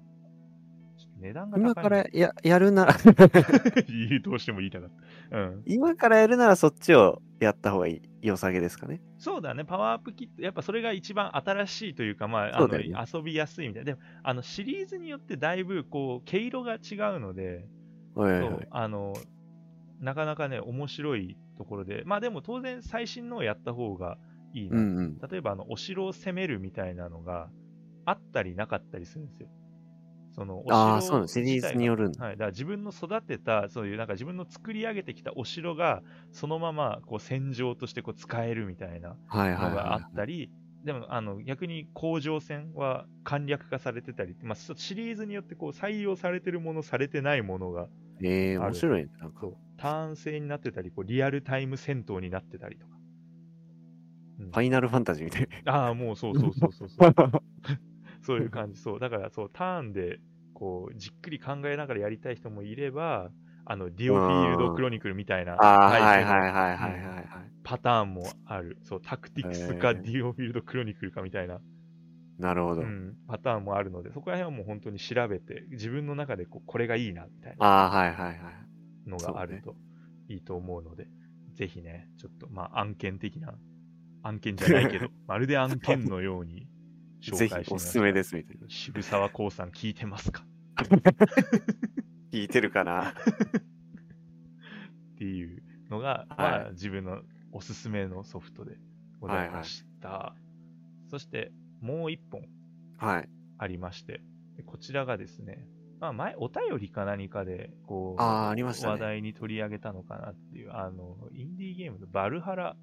値段が高い今のからややるなら、 どうしても言いたかった。うん。今からやるならそっちをやった方がいい良さげですかね。そうだね、パワーアップキット、やっぱそれが一番新しいというか、まあ、そあうのだよね遊びやすいみたいな。でも、あのシリーズによってだいぶこう毛色が違うので、はいはいそはうい。あのなかなかね、面白いところで、まあでも当然最新のをやった方がいいな。うんうん。例えばあの、お城を攻めるみたいなのがあったりなかったりするんですよ。そのお城ああ、そうなの。シリー自体ズがによるんだ。はい、だから自分の育てた、そういうなんか自分の作り上げてきたお城が、そのままこう戦場としてこう使えるみたいなはいはいのがあはったり、でもあの逆に甲状戦は簡略化されてたり、まあ、そシリーズによってこう採用されてるもの、されてないものが、い。ええ、面白いね。なんかそうターン制になってたり、こうリアルタイム戦闘になってたりとか。うフんァイナルファンタジーみたいああ、もうそうそうそ うそうそう。な。そういう感じ、そう。だから、そう、ターンで、こう、じっくり考えながらやりたい人もいれば、あの、ディオフィールドクロニクルみたいなああ、はいタイプはいのはいはいはいはい。パターンもある。そう、タクティクスかへデーィオフィールドクロニクルかみたいな、なるほどう。ん、パターンもあるので、そこら辺はもう本当に調べて、自分の中でこうこれがいいな、みたいなああ、はいはいはい。のがあるといいと思うので、ぜひね、ちょっと、まあ、案件的な、案件じゃないけ ど、まるで案件のように紹ぜひ介してみました。おすすめですみたいな。渋沢光さん聞いてますか聞いてるか なっていうのはが、いまあ、自分のおすすめのソフトでございました。そしてもう一本はい。ありまして、こちらがですね、まあ、前お便りか何かでこうああ、ありました話ね。題に取り上げたのかなっていう、あのインディーゲームのバルハラ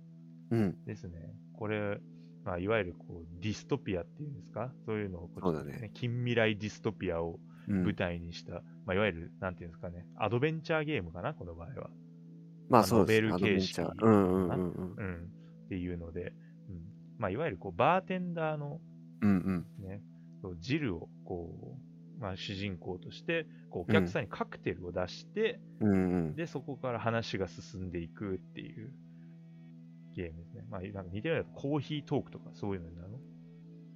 うん。ですね。これ、まあ、いわゆるこうディストピアっていうんですか、そういうのをこそうだね近未来ディストピアをうん舞台にした、まあ、いわゆるなんていうんですかね、アドベンチャーゲームかな、この場合は。まあそうですね。ノベル形式アドベンチャーうんうんうんうん。うん、っていうので、うんまあ、いわゆるこうバーテンダーの、うんうん。ね、そうジルをこう、まあ、主人公としてこうお客さんにカクテルを出して、うんうん。でそこから話が進んでいくっていうゲームですね。まあ、なんか似てるようなコーヒートークとかそういうのになるの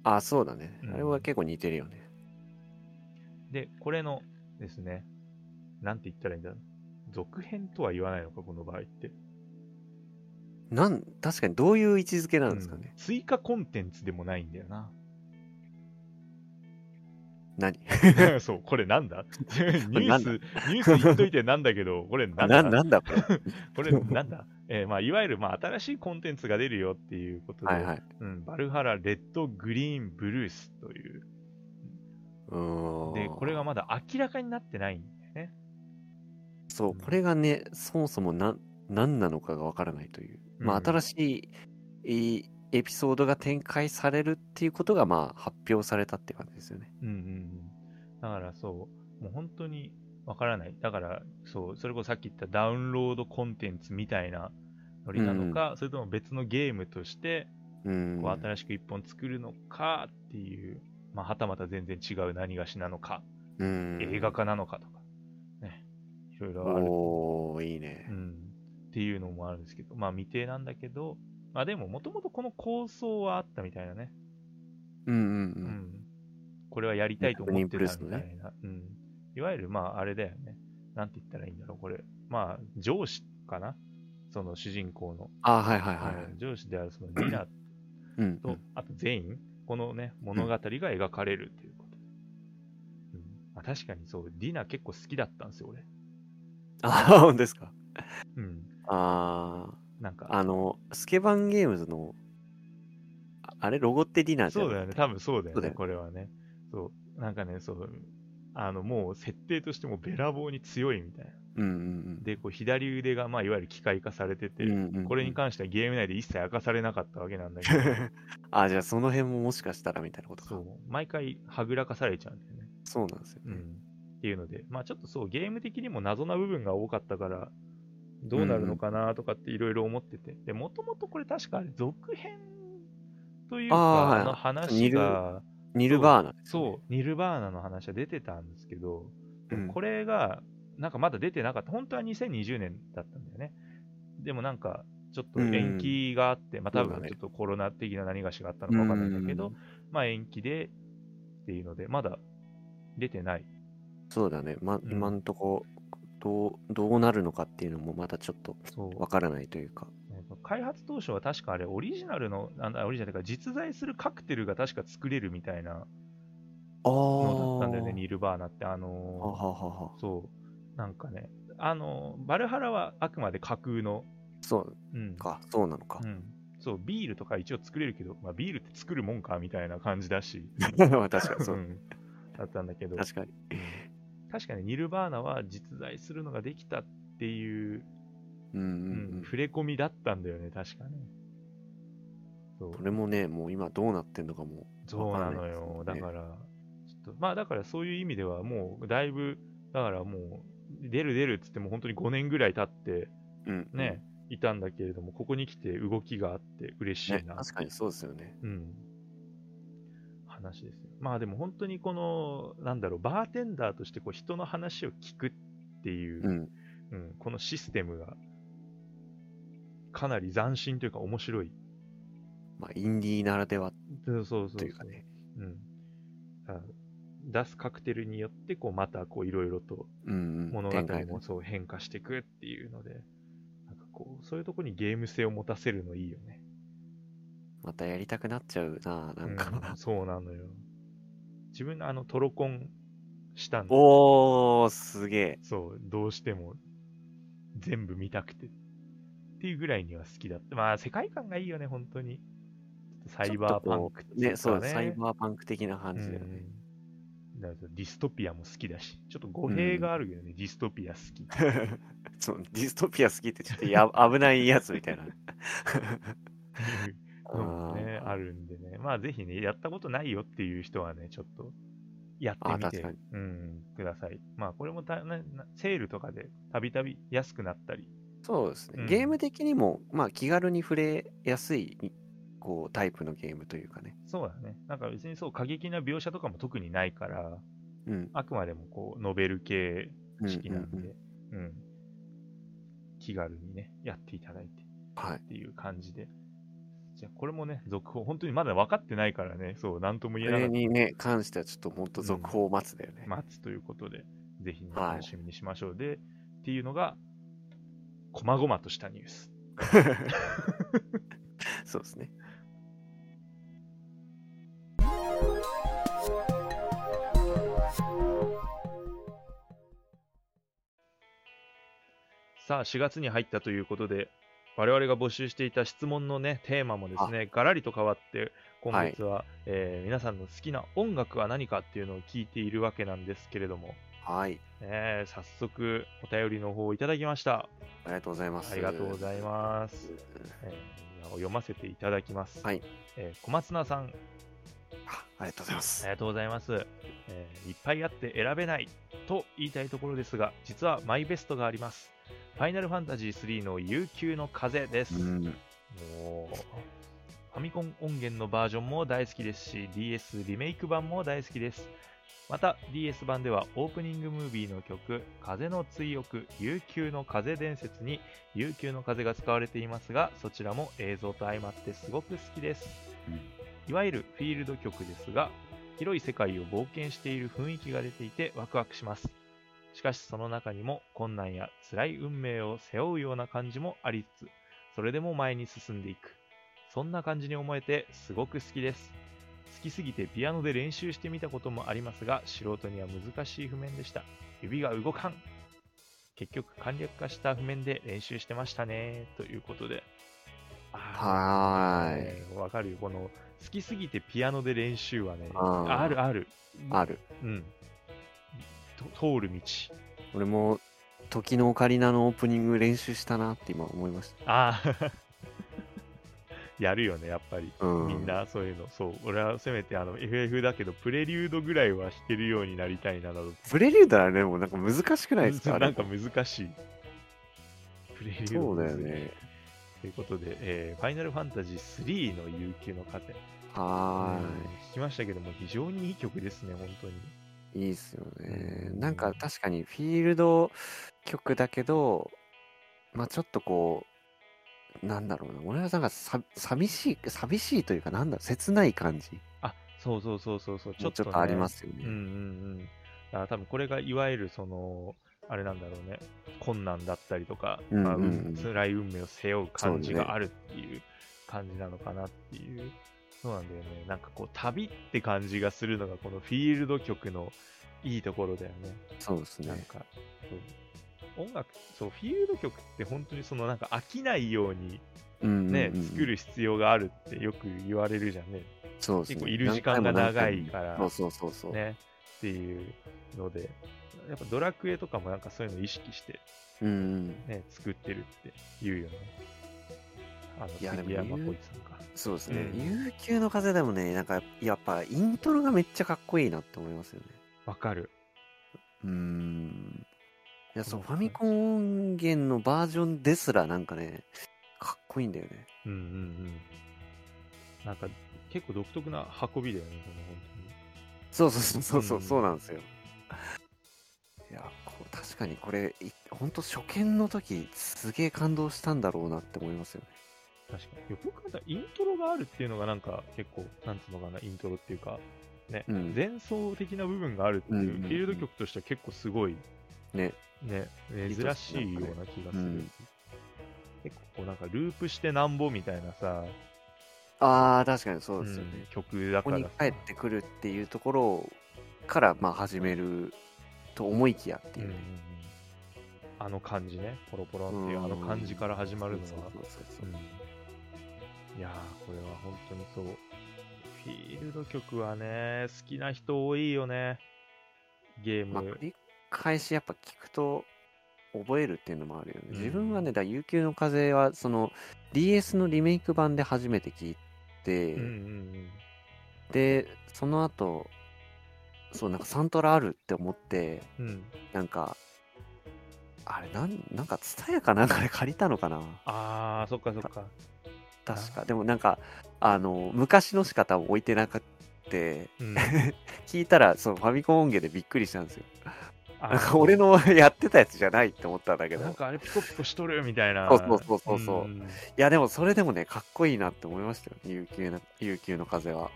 あ、そうだねう。んあれは結構似てるよね。で、これのですね、なんて言ったらいいんだろう。続編とは言わないのか、この場合って。なん、確かにどういう位置づけなんですかね。うん追加コンテンツでもないんだよな。何そう、これな んだニュなーんスだ、ニュース言っといてなんだけど、これ なんだななんだこれ これなんだ、えーまあ、いわゆる、まあ、新しいコンテンツが出るよっていうことで、はいはい。うん、バルハラ、レッド、グリーン、ブルースという。うーんで、これがまだ明らかになってないんだよね。そう、これがね、そもそもな何なのかがわからないという。まうあ、ん新しいいいエピソードが展開されるっていうことが、まあ、発表されたって感じですよね。うんうんうん。だからそう、もう本当にわからない。だから、そう、それこそさっき言ったダウンロードコンテンツみたいなノリなのか、それとも別のゲームとして、うん。こう新しく一本作るのかっていう、まあ、はたまた全然違う何がしなのか、うん映画化なのかとか、ね、いろいろある。おー、いいねう。ん、っていうのもあるんですけど、まあ未定なんだけど、まあでももともとこの構想はあったみたいなね、うんうんううんん。これはやりたいと思ってたみたいブな、ルーうん、いわゆるまああれだよね、なんて言ったらいいんだろう、これ、まあ上司かな、その主人公の、あ、はいはいはい。うん上司であるそのリナうん。と、あと全員、このね、物語が描かれるっていうこと。うんまあ、確かにそう、ディナ結構好きだったんですよ、俺。あ、本当ですか。うん。あなんかー、、あの、スケバンゲームズの、ああれ、ロゴってディナーじゃなそういだよね、多分そうだよそうね、だよこれはね。そう、なんかね、そう、あの、もう設定としてもべらぼうに強いみたいな。うんうんで、こう、左腕が、まあ、いわゆる機械化されてて、うん。うんうんうんこれに関してはゲーム内で一切明かされなかったわけなんだけ ど、 あ、じゃあその辺ももしかしたらみたいなことか。そう、毎回はぐらかされちゃうんだよね。そうなんですようね。ん、っていうので、まあちょっとそう、ゲーム的にも謎な部分が多かったから、どうなるのかなとかっていろいろ思ってて、で、もともとこれ確かあれ、続編というあーか、の話が、ニルバーナですね、そう、ニルバーナの話は出てたんですけど、うんこれが、なんかまだ出てなかった、本当は2020年だったんだよね。でもなんか、ちょっと延期があって、まあそ多う分だねちょっとコロナ的な何がしがあったのかわかんないんだけど、うんまあ延期でっていうので、まだ出てない。そうだね。ま、ん今んとこ、どう、どうなるのかっていうのもまたちょっとそうわからないというか。えーと開発当初は確かあれオリジナルのああオリジナルというか実在するカクテルが確か作れるみたいなああ。のだったんだよねルニルバーナってあバーナ。のははははーそうなんかねあのーバルハラはあくまで架空のそううんか、そうなのかう。んそうビールとか一応作れるけど、まあ、ビールって作るもんかみたいな感じだし確か に、そうう。んだったんだけど確かに。確かにニルバーナは実在するのができたっていう、うんうんうんうん。触れ込みだったんだよね確かねそうこれもね、もう今どうなってんのかもそうなのよわ。かだんないですよねから、ちょっと、まあだからそういう意味ではもうだいぶ、だからもう、出る出るっつってもう本当に5年ぐらい経ってう。うん。ね、いたんだけれども、ここに来て動きがあって嬉しいね。な。確かにそうですよね。うん。話ですよ。まあでも本当にこの、なんだろう、バーテンダーとしてこう人の話を聞くっていう、うん。うんこのシステムが、かなり斬新というか面白い。まあ、インディーならではそうそうそうというかね。うん、あ出すカクテルによってこうまたこういろいろとうんうん。物語展開もそう変化していくっていうのでなんかこうそういうとこにゲーム性を持たせるのいいよねまたやりたくなっちゃうな、なんか。うんそうなのよ自分のあのトロコンしたんだ おー、すげえ。そうどうしても全部見たくてっていうぐらいには好きだったまあ世界観がいいよね本当にサイバーパンクっていうね、かそう、サイバーパンク的な感じだよね。うんだからディストピアも好きだし、ちょっと語弊があるけどね、ディストピア好き。そうディストピア好きってちょっとや危ないやつみたいな。 のもね、 ああるんでね。まあぜひね、やったことないよっていう人はね、ちょっとやってみあ確てかに、うん、ください。まあこれもたななセールとかでたびたび安くなったり。ーそうですうね。んゲーム的にも、まあ気軽に触れやすいこうタイプのゲームというかね。そうだね。なんか別にそう過激な描写とかも特にないから、うん。あくまでもこう、ノベル系うん式なんで、うんうんうん。気軽にね、やっていただいて。はいっ。ていう感じで。じゃあこれもね、続報、本当にまだ分かってないからね、そう、なんともこ言えなかれっにね、関してはちょっと本当うん続報を待つだよね。た。待つということで、ぜひね、はい楽しみにしましょう。で、っていうのが、こまごまとしたニュース。そうですね。 「さあ、4月に入ったということで、我々が募集していた質問のね、テーマもですね、ガラリと変わって、今月は、えー皆さんの好きな音楽は何かっていうのを聞いているわけなんですけれども、はい。ね、早速お便りの方をいただきました。ありがとうございます。ありがとうございます。えー読ませていただきます。はいえー小松菜さん、あありがとうございますあり。がとうございます、えーいっぱいあって選べないと言いたいところですが、実はマイベストがあります。ファイナルファンタジー3の悠久の風です。うん。もうファミコン音源のバージョンも大好きですし、DS リメイク版も大好きです。また、DS 版ではオープニングムービーの曲、風の追憶、悠久の風伝説に悠久の風が使われていますが、そちらも映像と相まってすごく好きです。いわゆるフィールド曲ですが、広い世界を冒険している雰囲気が出ていてワクワクします。しかしその中にも困難や辛い運命を背負うような感じもありつつ、それでも前に進んでいく。そんな感じに思えてすごく好きです。好きすぎてピアノで練習してみたこともありますが、素人には難しい譜面でした。指が動かん。結局簡略化した譜面で練習してましたね。ということで。はーい。ねわかるよ。この、好きすぎてピアノで練習はね、あーあるある。ある。うん。と通る道。俺も、時のオカリナのオープニング練習したなって今思いましああ。 やるよね、やっぱり。た。うん。みん。なそういうの、そう、俺はせめてあの FF だけど、プレリュードぐらいは弾けるようになりたいななど、プレリュードはね、もうなんか難しくないですかあれ なんか難しい。プレリュードそうだよむずいね。。ということで、えーファイナルファンタジー3の悠久の風、はうん聞きましたけども、非常にいい曲ですね、本当に。ーい。いいっすよね。うんなんか確かにフィールド曲だけど、まあちょっとこう、なんだろうな。俺はなんかさ寂しい、寂しいというか、なんだろう、切ない感じ。あ、そうそうそうそうそう、ちちょょっっと、と,、ね、ありますよね。うんうんうん。だから多分これがいわゆるその、あれなんだろうね、困難だったりとか、うんうんまあうん辛い運命を背負う感じそうねがあるっていう感じなのかなっていう。そうなんだよね。なんかこう、旅って感じがするのが、このフィールド曲のいいところだよね。そうですなんね。か、そう音楽、そう、フィールド曲って本当にそのなんか飽きないようにね、作。る必要があるってよく言われるじゃんね。そうですね。結構いる時間が何長回もいから。何回もそうそうそうそう。ね、っていうので、やっぱドラクエとかもなんかそういうの意識して、うんうん。ね、作ってるって言うよね。あの、いやでも杉山浩一さんか。そうですね。うん悠久の風でもね、なんかやっぱイントロがめっちゃかっこいいなって思いますよね。わかる。うーん。いや、そう、そうファミコン音源のバージョンですらなんかね、かっこいいんだよね。うんうんうん。なんか、結構独特な運びだよね、この本そうそうそうそうそううんそうなんですよ。いや、こう確かにこれ、いほんと初見の時、すげえ感動したんだろうなって思いますよね。当に。確かに。よく考えたらイントロがあるっていうのがなんか結構、なんつうのかな、イントロっていうか、ね、うん前奏的な部分があるっていう、うんうんうんフィールド曲としては結構すごい、ね。ね、珍しいような気がする。うん結構こうなんかループしてなんぼみたいなさ、ああ、確かにそうですよね。うん曲だこかこらにさ帰ってくるっていうところから、まあ、始めると思いきやってういんううんうねん。あの感じね、ポロポロンっていううんあの感じから始まるのそうは、そうそうそううんいやー、これは本当にそう。フィールド曲はね、好きな人多いよね。ゲーまあ、ム繰。り返しやっぱ聞くと覚えるっていうのもあるよね。うん自分はね、だから悠久の風は、その DS のリメイク版で初めて聞いて、うんうんうん。で、その後、そう、なんかサントラあるって思って、うん、なんか、あれ、なん、なんか、ツタヤかなんかで借りたのかなあー、そっかそっか。確か。でもなんか、あの、昔の仕方を置いてなかって、 うん、聞いたら、そのファミコン音源でびっくりしたんですよ。あなんーか俺のやってたやつじゃないって思ったんだけど。なんいかあれピコピコしとるみたいな。そうそうそうそううんや、でもそれでもね、かっこいいなって思いましたよ、悠久の、悠久の風は。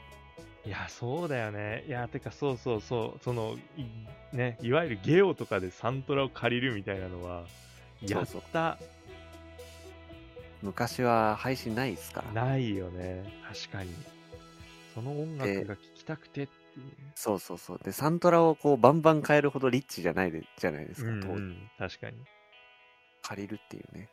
いや、そうだよね。いや、てか、そうそうそう、その、いね、いわゆるゲオとかでサントラを借りるみたいなのは、やっそうた、昔は配信ないですから。ないよね。確かに。その音楽が聴きたくてっていう。そうそうそう。で、サントラをこう、バンバン変えるほどリッチじゃないで、じゃないですか、うん当う時。ん確かに。借りるっていうね。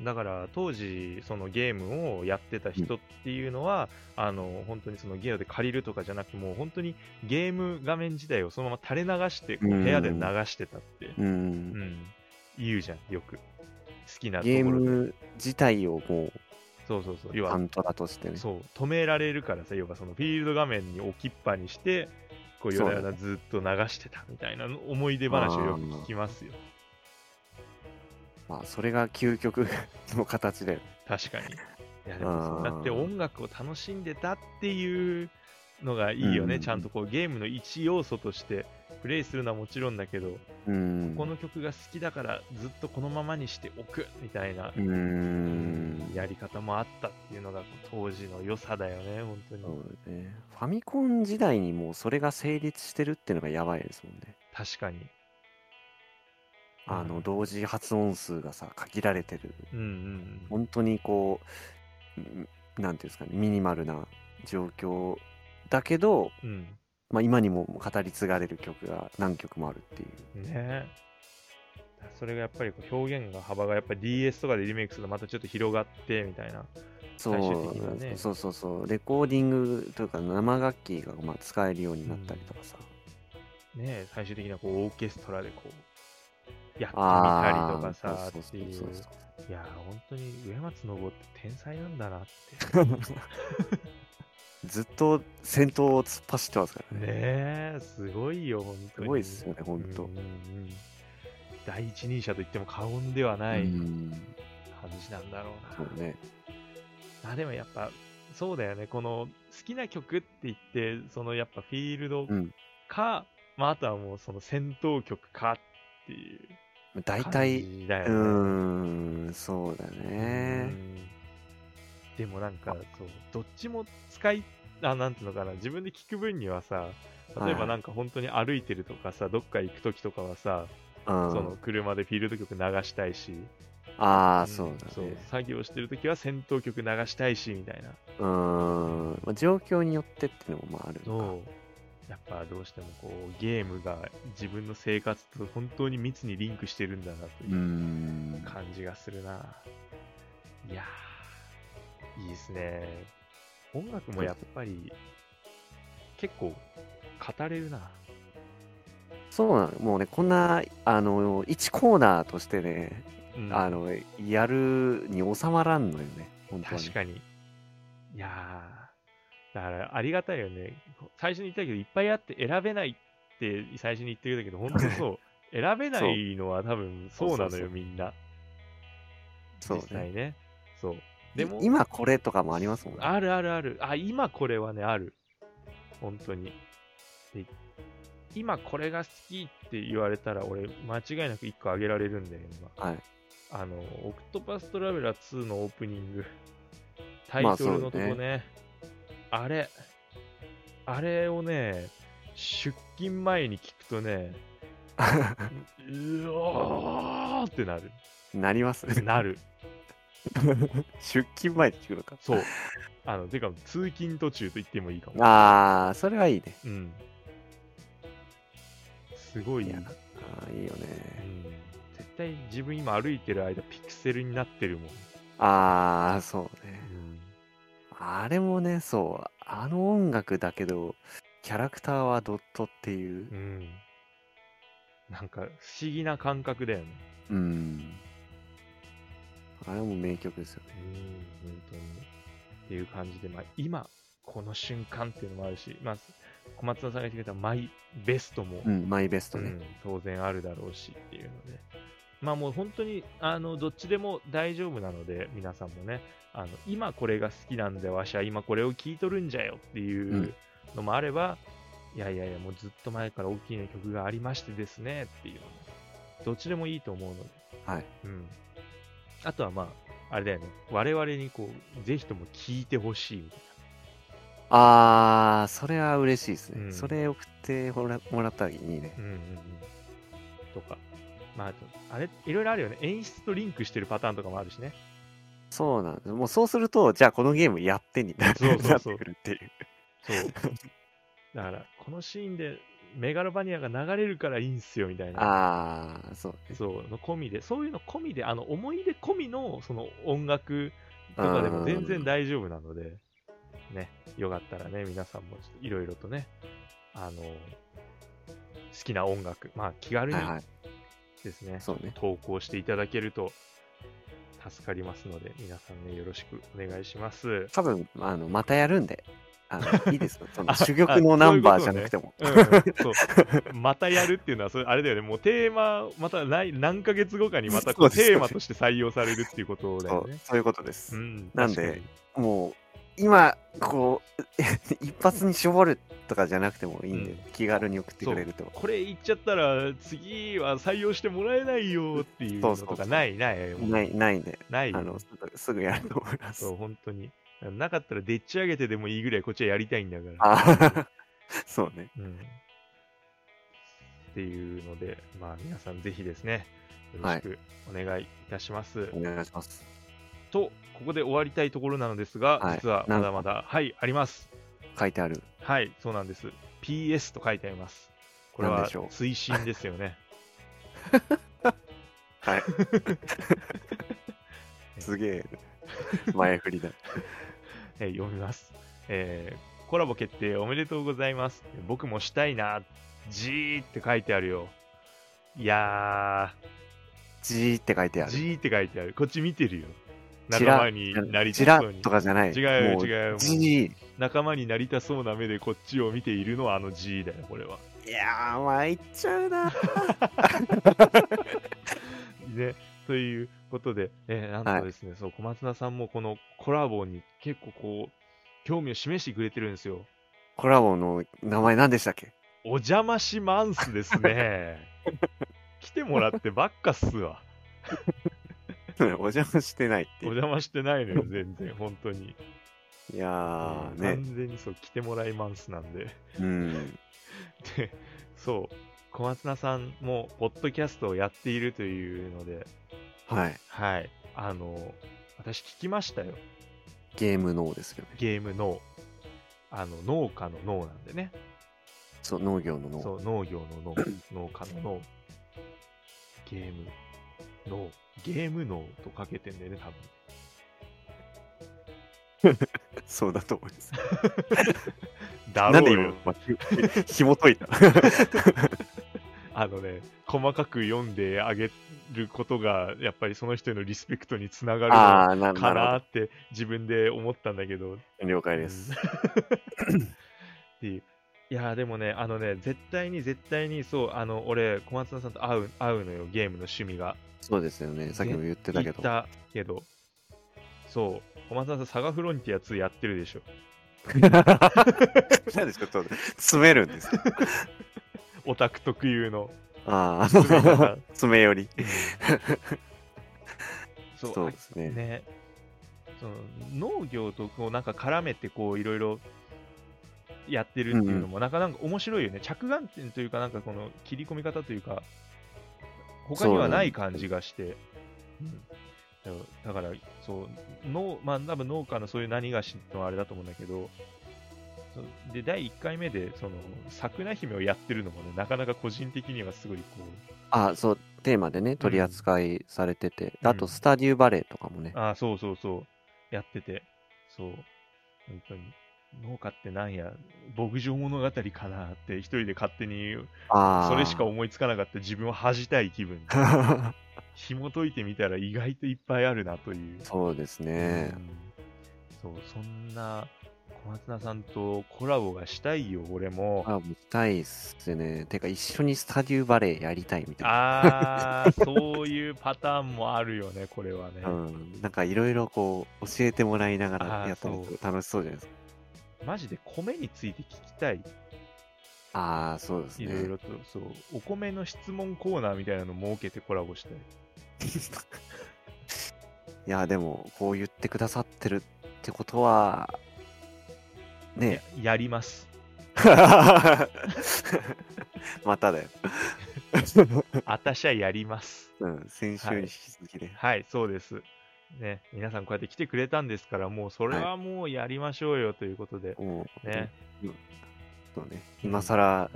だから当時そのゲームをやってた人っていうのは、あの本当にそのゲームで借りるとかじゃなくもう本当にゲーム画面自体をそのまま垂れ流してこううん部屋で流してたって、ううんん。言うじゃんよく好きなとこゲーろでム自体をもうそうそうそう要アはントラとしてね。そう止められるからさ要はそのフィールド画面に置きっぱにしてこうそうだ夜ねな夜なずっと流してたみたいな思い出話をよく聞きますよまあ、それが究極の形だよね。確かに。いやでもそうあーだって音楽を楽しんでたっていうのがいいよね、うんちゃんとこうゲームの一要素としてプレイするのはもちろんだけど、うん。この曲が好きだからずっとこのままにしておくみたいなうーん。やり方もあったっていうのが当時の良さだよね、本当に。そうだね。ファミコン時代にもうそれが成立してるっていうのがやばいですもんね。確かに。あうの、ん同時発音数がさ、限られてる。うんうんうん。本当にこう、んなんていうんですかね、ミニマルな状況だけど、うんまあ、今にも語り継がれる曲が何曲もあるっていう。ねそれがやっぱりこう表現が幅がやっぱり DS とかでリメイクするとまたちょっと広がってみたいな。そう最終的にはねそうそうそうレコーディングというか生楽器がまあ使えるようになったりとかさ、ね、最終的にはこうオーケストラでこうやってみたりとああかさそうってそういうそうそういやー本当に植松信夫って天才なんだなっずっと先頭を突っ走ってますかてらねねえすごいよ本当すにごいですよね本当、うんうんうん第一人者と言っても過言ではないうん感じなんだろうな、そうねあでもやっぱそうだよねこの好きな曲って言ってそのやっぱフィールドうんか、まああとはもうその戦闘曲かっていう大感体じだようーね、んそうだねでもなんかそうどっちも使いあなんていうのかな自分で聞く分にはさ例えばなんか本当に歩いてるとかさどっか行く時とかはさ、うんその車でフィールド曲流したいしあうあんそうだね作業してる時は戦闘曲流したいしみたいなうーんまあ状況によってっていうのもまああるのかそうやっぱどうしてもこうゲームが自分の生活と本当に密にリンクしてるんだなというーうん感じがするな、いやーいいですね音楽もやっぱり結構語れるなそうなのもうねこんなあの1コーナーとしてねうんあの、やるに収まらんのよね、本当はね確かにいやーだからありがたいよね最初に言ったけどいっぱいあって選べないって最初に言ってるけど本当 そう選べないのは多分そうなのよそうそうそうみんなそう実ね。際ねそうでも今これとかもありますもんね。あるあるある。あ、今これはね、ある。本当に。で今これが好きって言われたら、俺、間違いなく1個あげられるんだよ、今。はい。あの、オクトパストラベラー2のオープニング。タイまあトルのとこね。そうあれ。あれをね、出勤前に聞くとね、うおーってなる。 なります。なる。出勤前で聞く のか。そう。あの、てか、通勤途中と言ってもいいかも。ああ、それはいいね。うん。すごい。いやうん、あーいいよね。絶対自分今歩いてる間ピクセルになってるもん。ああ、そうねう。ん、あれもね、そう。あの音楽だけど、キャラクターはドットっていう。なんか不思議な感覚だよね。うん。あれも名曲ですよね。うん、本当に。っていう感じで、まあ、今、この瞬間っていうのもあるし、まあ、小松菜さんが言ってくれたマイベストも、うん、マイベストうね。ん、当然あるだろうしっていうので、まあもう本当にあのどっちでも大丈夫なので、皆さんもね、あの今これが好きなんで、わしは今これを聴いとるんじゃよっていうのもあれば、いやいやいや、もうずっと前から大きい曲がありましてですねっていうのも、どっちでもいいと思うので、はい。うん、あとはまあ、あれだよね、我々にこうぜひとも聴いてほしいみたいああ、それは嬉しいですね。うんそれ送ってもらもらったらいいね。な、うんうんうん、とか、まああと、あれ、いろいろあるよね、演出とリンクしてるパターンとかもあるしね。そうなんです。もうそうすると、じゃあこのゲームやってになそうそうそ なうってくるっていう。そう。だから、このシーンでメガロバニアが流れるからいいんすよみたいな。ああ、そう。そう、の込みで、そういうの込みで、あの、思い出込みの、その音楽とかでも全然大丈夫なので、ね、よかったらね、皆さんもちょっといろいろとね、あの、好きな音楽、まあ気軽にはいはい。ですね、そうね。投稿していただけると助かりますので、皆さんね、よろしくお願いします。多分、あの、またやるんで、あの、いいですよ。その、あ珠あ玉のナンバーじゃなくても。うんそうまたやるっていうのはそれあれだよねもうテーマまた来何ヶ月後かにまたこうそうですそうテですーマとして採用されるっていうことだそようね。そういうことです。うん、なんで確かにもう、今、こう、 一発に絞るとかじゃなくてもいいんで、うん気軽に送ってくれると。これ言っちゃったら次は採用してもらえないよっていうのそうそとうそかうないないもうない、ないんで、ないあの、すぐ すぐやると思いますそう。本当になかったらでっち上げてでもいいぐらいこっちはやりたいんだから、あそうね。うん、っていうのでまあ皆さんぜひですねよろはいしくお願いいたします、お願いします。とここで終わりたいところなのですが、はい実はまだまだはいあります書いてある。はいそうなんです PS と書いてありますこれなんはでしょう推進ですよね はい。すげ え。前振りだ。えー読みます、えーコラボ決定おめでとうございます僕もしたいなじーって書いてあるよいやじーって書いてあーる。じーって書いてあるこっち見てるよち仲ら間になりちたらそうにとかじゃない。違うも違うもうじー。仲間になりたそうな目でこっちを見ているのはあの G だよこれはいやー、参っちゃうな。ね、ということで、えーなんとですね、そう小松菜さんもこのコラボに結構こう興味を示してくれてるんですよ。コラボの名前何でしたっけ お邪魔しますですね。来てもらってばっかっすわ。お邪魔してないっておいう。邪魔してないのよ、全然、本当に。いやー、ね。完全にそう来てもらいますなんで。うん。で、そう、小松菜さんも、ポッドキャストをやっているというので、はい。はい、あの、私聞きましたよ、ゲーム脳ですよね。ゲームの、あの、農家の脳なんでね。そう、農業の脳。そう、農業 の農、農家の農、ゲーム、農、ゲーム農とかけてんだよね、多分。そうだと思います。だなんろでう今よ。、まひ 紐解いた。あのね、細かく読んであげることが、やっぱりその人へのリスペクトにつながるのあー、なかななるって自分で思ったんだけど。ほど。了解です。うん。 っていう。いやーでもね、あのね、絶対に絶対にそう、あの、俺、小松菜さんと会う会うのよ、ゲームの趣味が。そうですよね。さっきも言ってたけ行っど。たけどそう小松菜さんサガフロンティア2やってるでしょなんでちょっと詰めるんですかオタク特有のああ、詰め方詰め寄り。 そうそうですね。ねその農業とこうなんか絡めてこういろいろやってるっていうのもなかなか面白いよね、着眼点というかなんかこの切り込み方というか他にはない感じがして、うんだからだからそう農まあ多分農家のそういう何がしのあれだと思うんだけどそうで第1回目でその桜姫をやってるのもねなかなか個人的にはすごいこうあそう、テーマでね、取り扱いされてて、うんあと、スタディウバレーとかもね、ああ、そうそうそう。やってて。そう。本当に。農家ってなんや、牧場物語かなって一人で勝手に、ああ、それしか思いつかなかった自分を恥じたい気分。紐解いてみたら意外といっぱいあるなという。 そうですねう。んそう、そんな小松菜さんとコラボがしたいよ、俺も。あ見たいっすね。てか、一緒にスタディウバレーやりたいみたいな。ああ、そういうパターンもあるよね、これはね。うん、なんかいろいろこう教えてもらいながあらーやったらそう楽しそうじゃないですか。マジで米について聞きたい。ああ、そうですいね。ろいろと、そう、お米の質問コーナーみたいなの設けてコラボしたい。 いや、でも、こう言ってくださってるってことは、ねやや ります。まただよ。あたしゃやります。うん、先週に引き続きね。はい、そうです。ね、皆さんこうやって来てくれたんですから、もうそれははもうやりましょうよということで、もう、ね、そうね、今更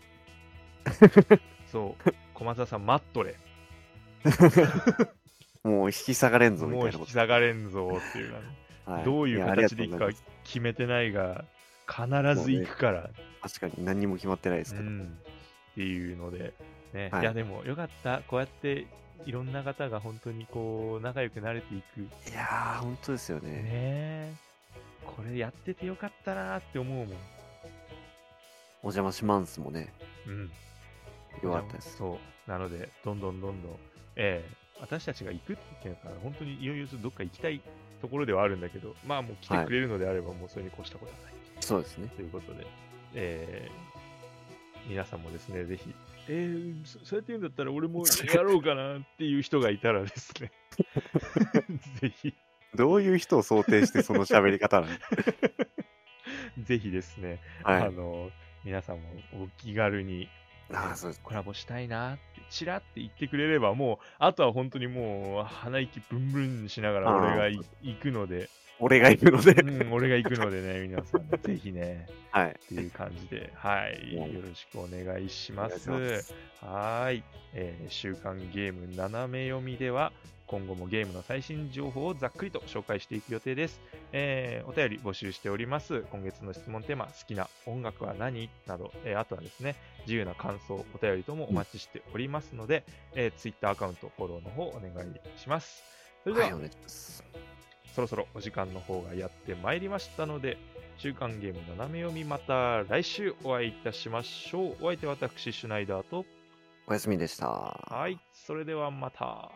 そう駒澤さん待っとれもう引き下がれんぞみもたういな引こき下がれんぞっていう感じと。はどういうやありがと形でいくござかます決めてないが、必ず行くから、確かに何にも決まってないですうから。ん、っていうので、ねはいい、やでもよかった、こうやっていろんな方が本当にこう仲良くなれていく、いやー、本当ですよね。ねえこれやっててよかったなーって思うもん。お邪魔しますもね、うん、よかったです。そうなので、どんどんどんどん、ええ私たちが行くっていうのは、本当にいよいよどっか行きたいところではあるんだけど、まあもう来てくれるのであれば、もうそれに越したことはない。そうですね。ということで、えー皆さんもですね、ぜひ、えーそそうやって言うんだったら俺もやろうかなっていう人がいたらです ね、ぜひ、どういう人を想定してその喋り方なのぜひですね、 はあい。の、皆さんもお気軽にああ、そうです。コラボしたいなって、チラって言ってくれれば、もう、あとは本当にもう、鼻息ブンブンしながら俺がい行くの で、俺がいるので、うん、俺が行くのでね、皆さん、ぜひね、はい。っていう感じで、はい、はいよろしくお願いしま。お願いしますはーい、えー週刊ゲーム斜め読みでは、今後もゲームの最新情報をざっくりと紹介していく予定です。えーお便り募集しております。今月の質問テーマ、好きな音楽は何など、えーあとはですね、自由な感想、お便りともお待ちしておりますので、えー Twitter アカウント、フォローの方お願いします。それではは、い、お願いします。そろそろお時間の方がやってまいりましたので、週刊ゲーム斜め読み、また来週お会いいたしましょう。お相手は私、シュナイダーと、おやすみでした。はい、それではまた。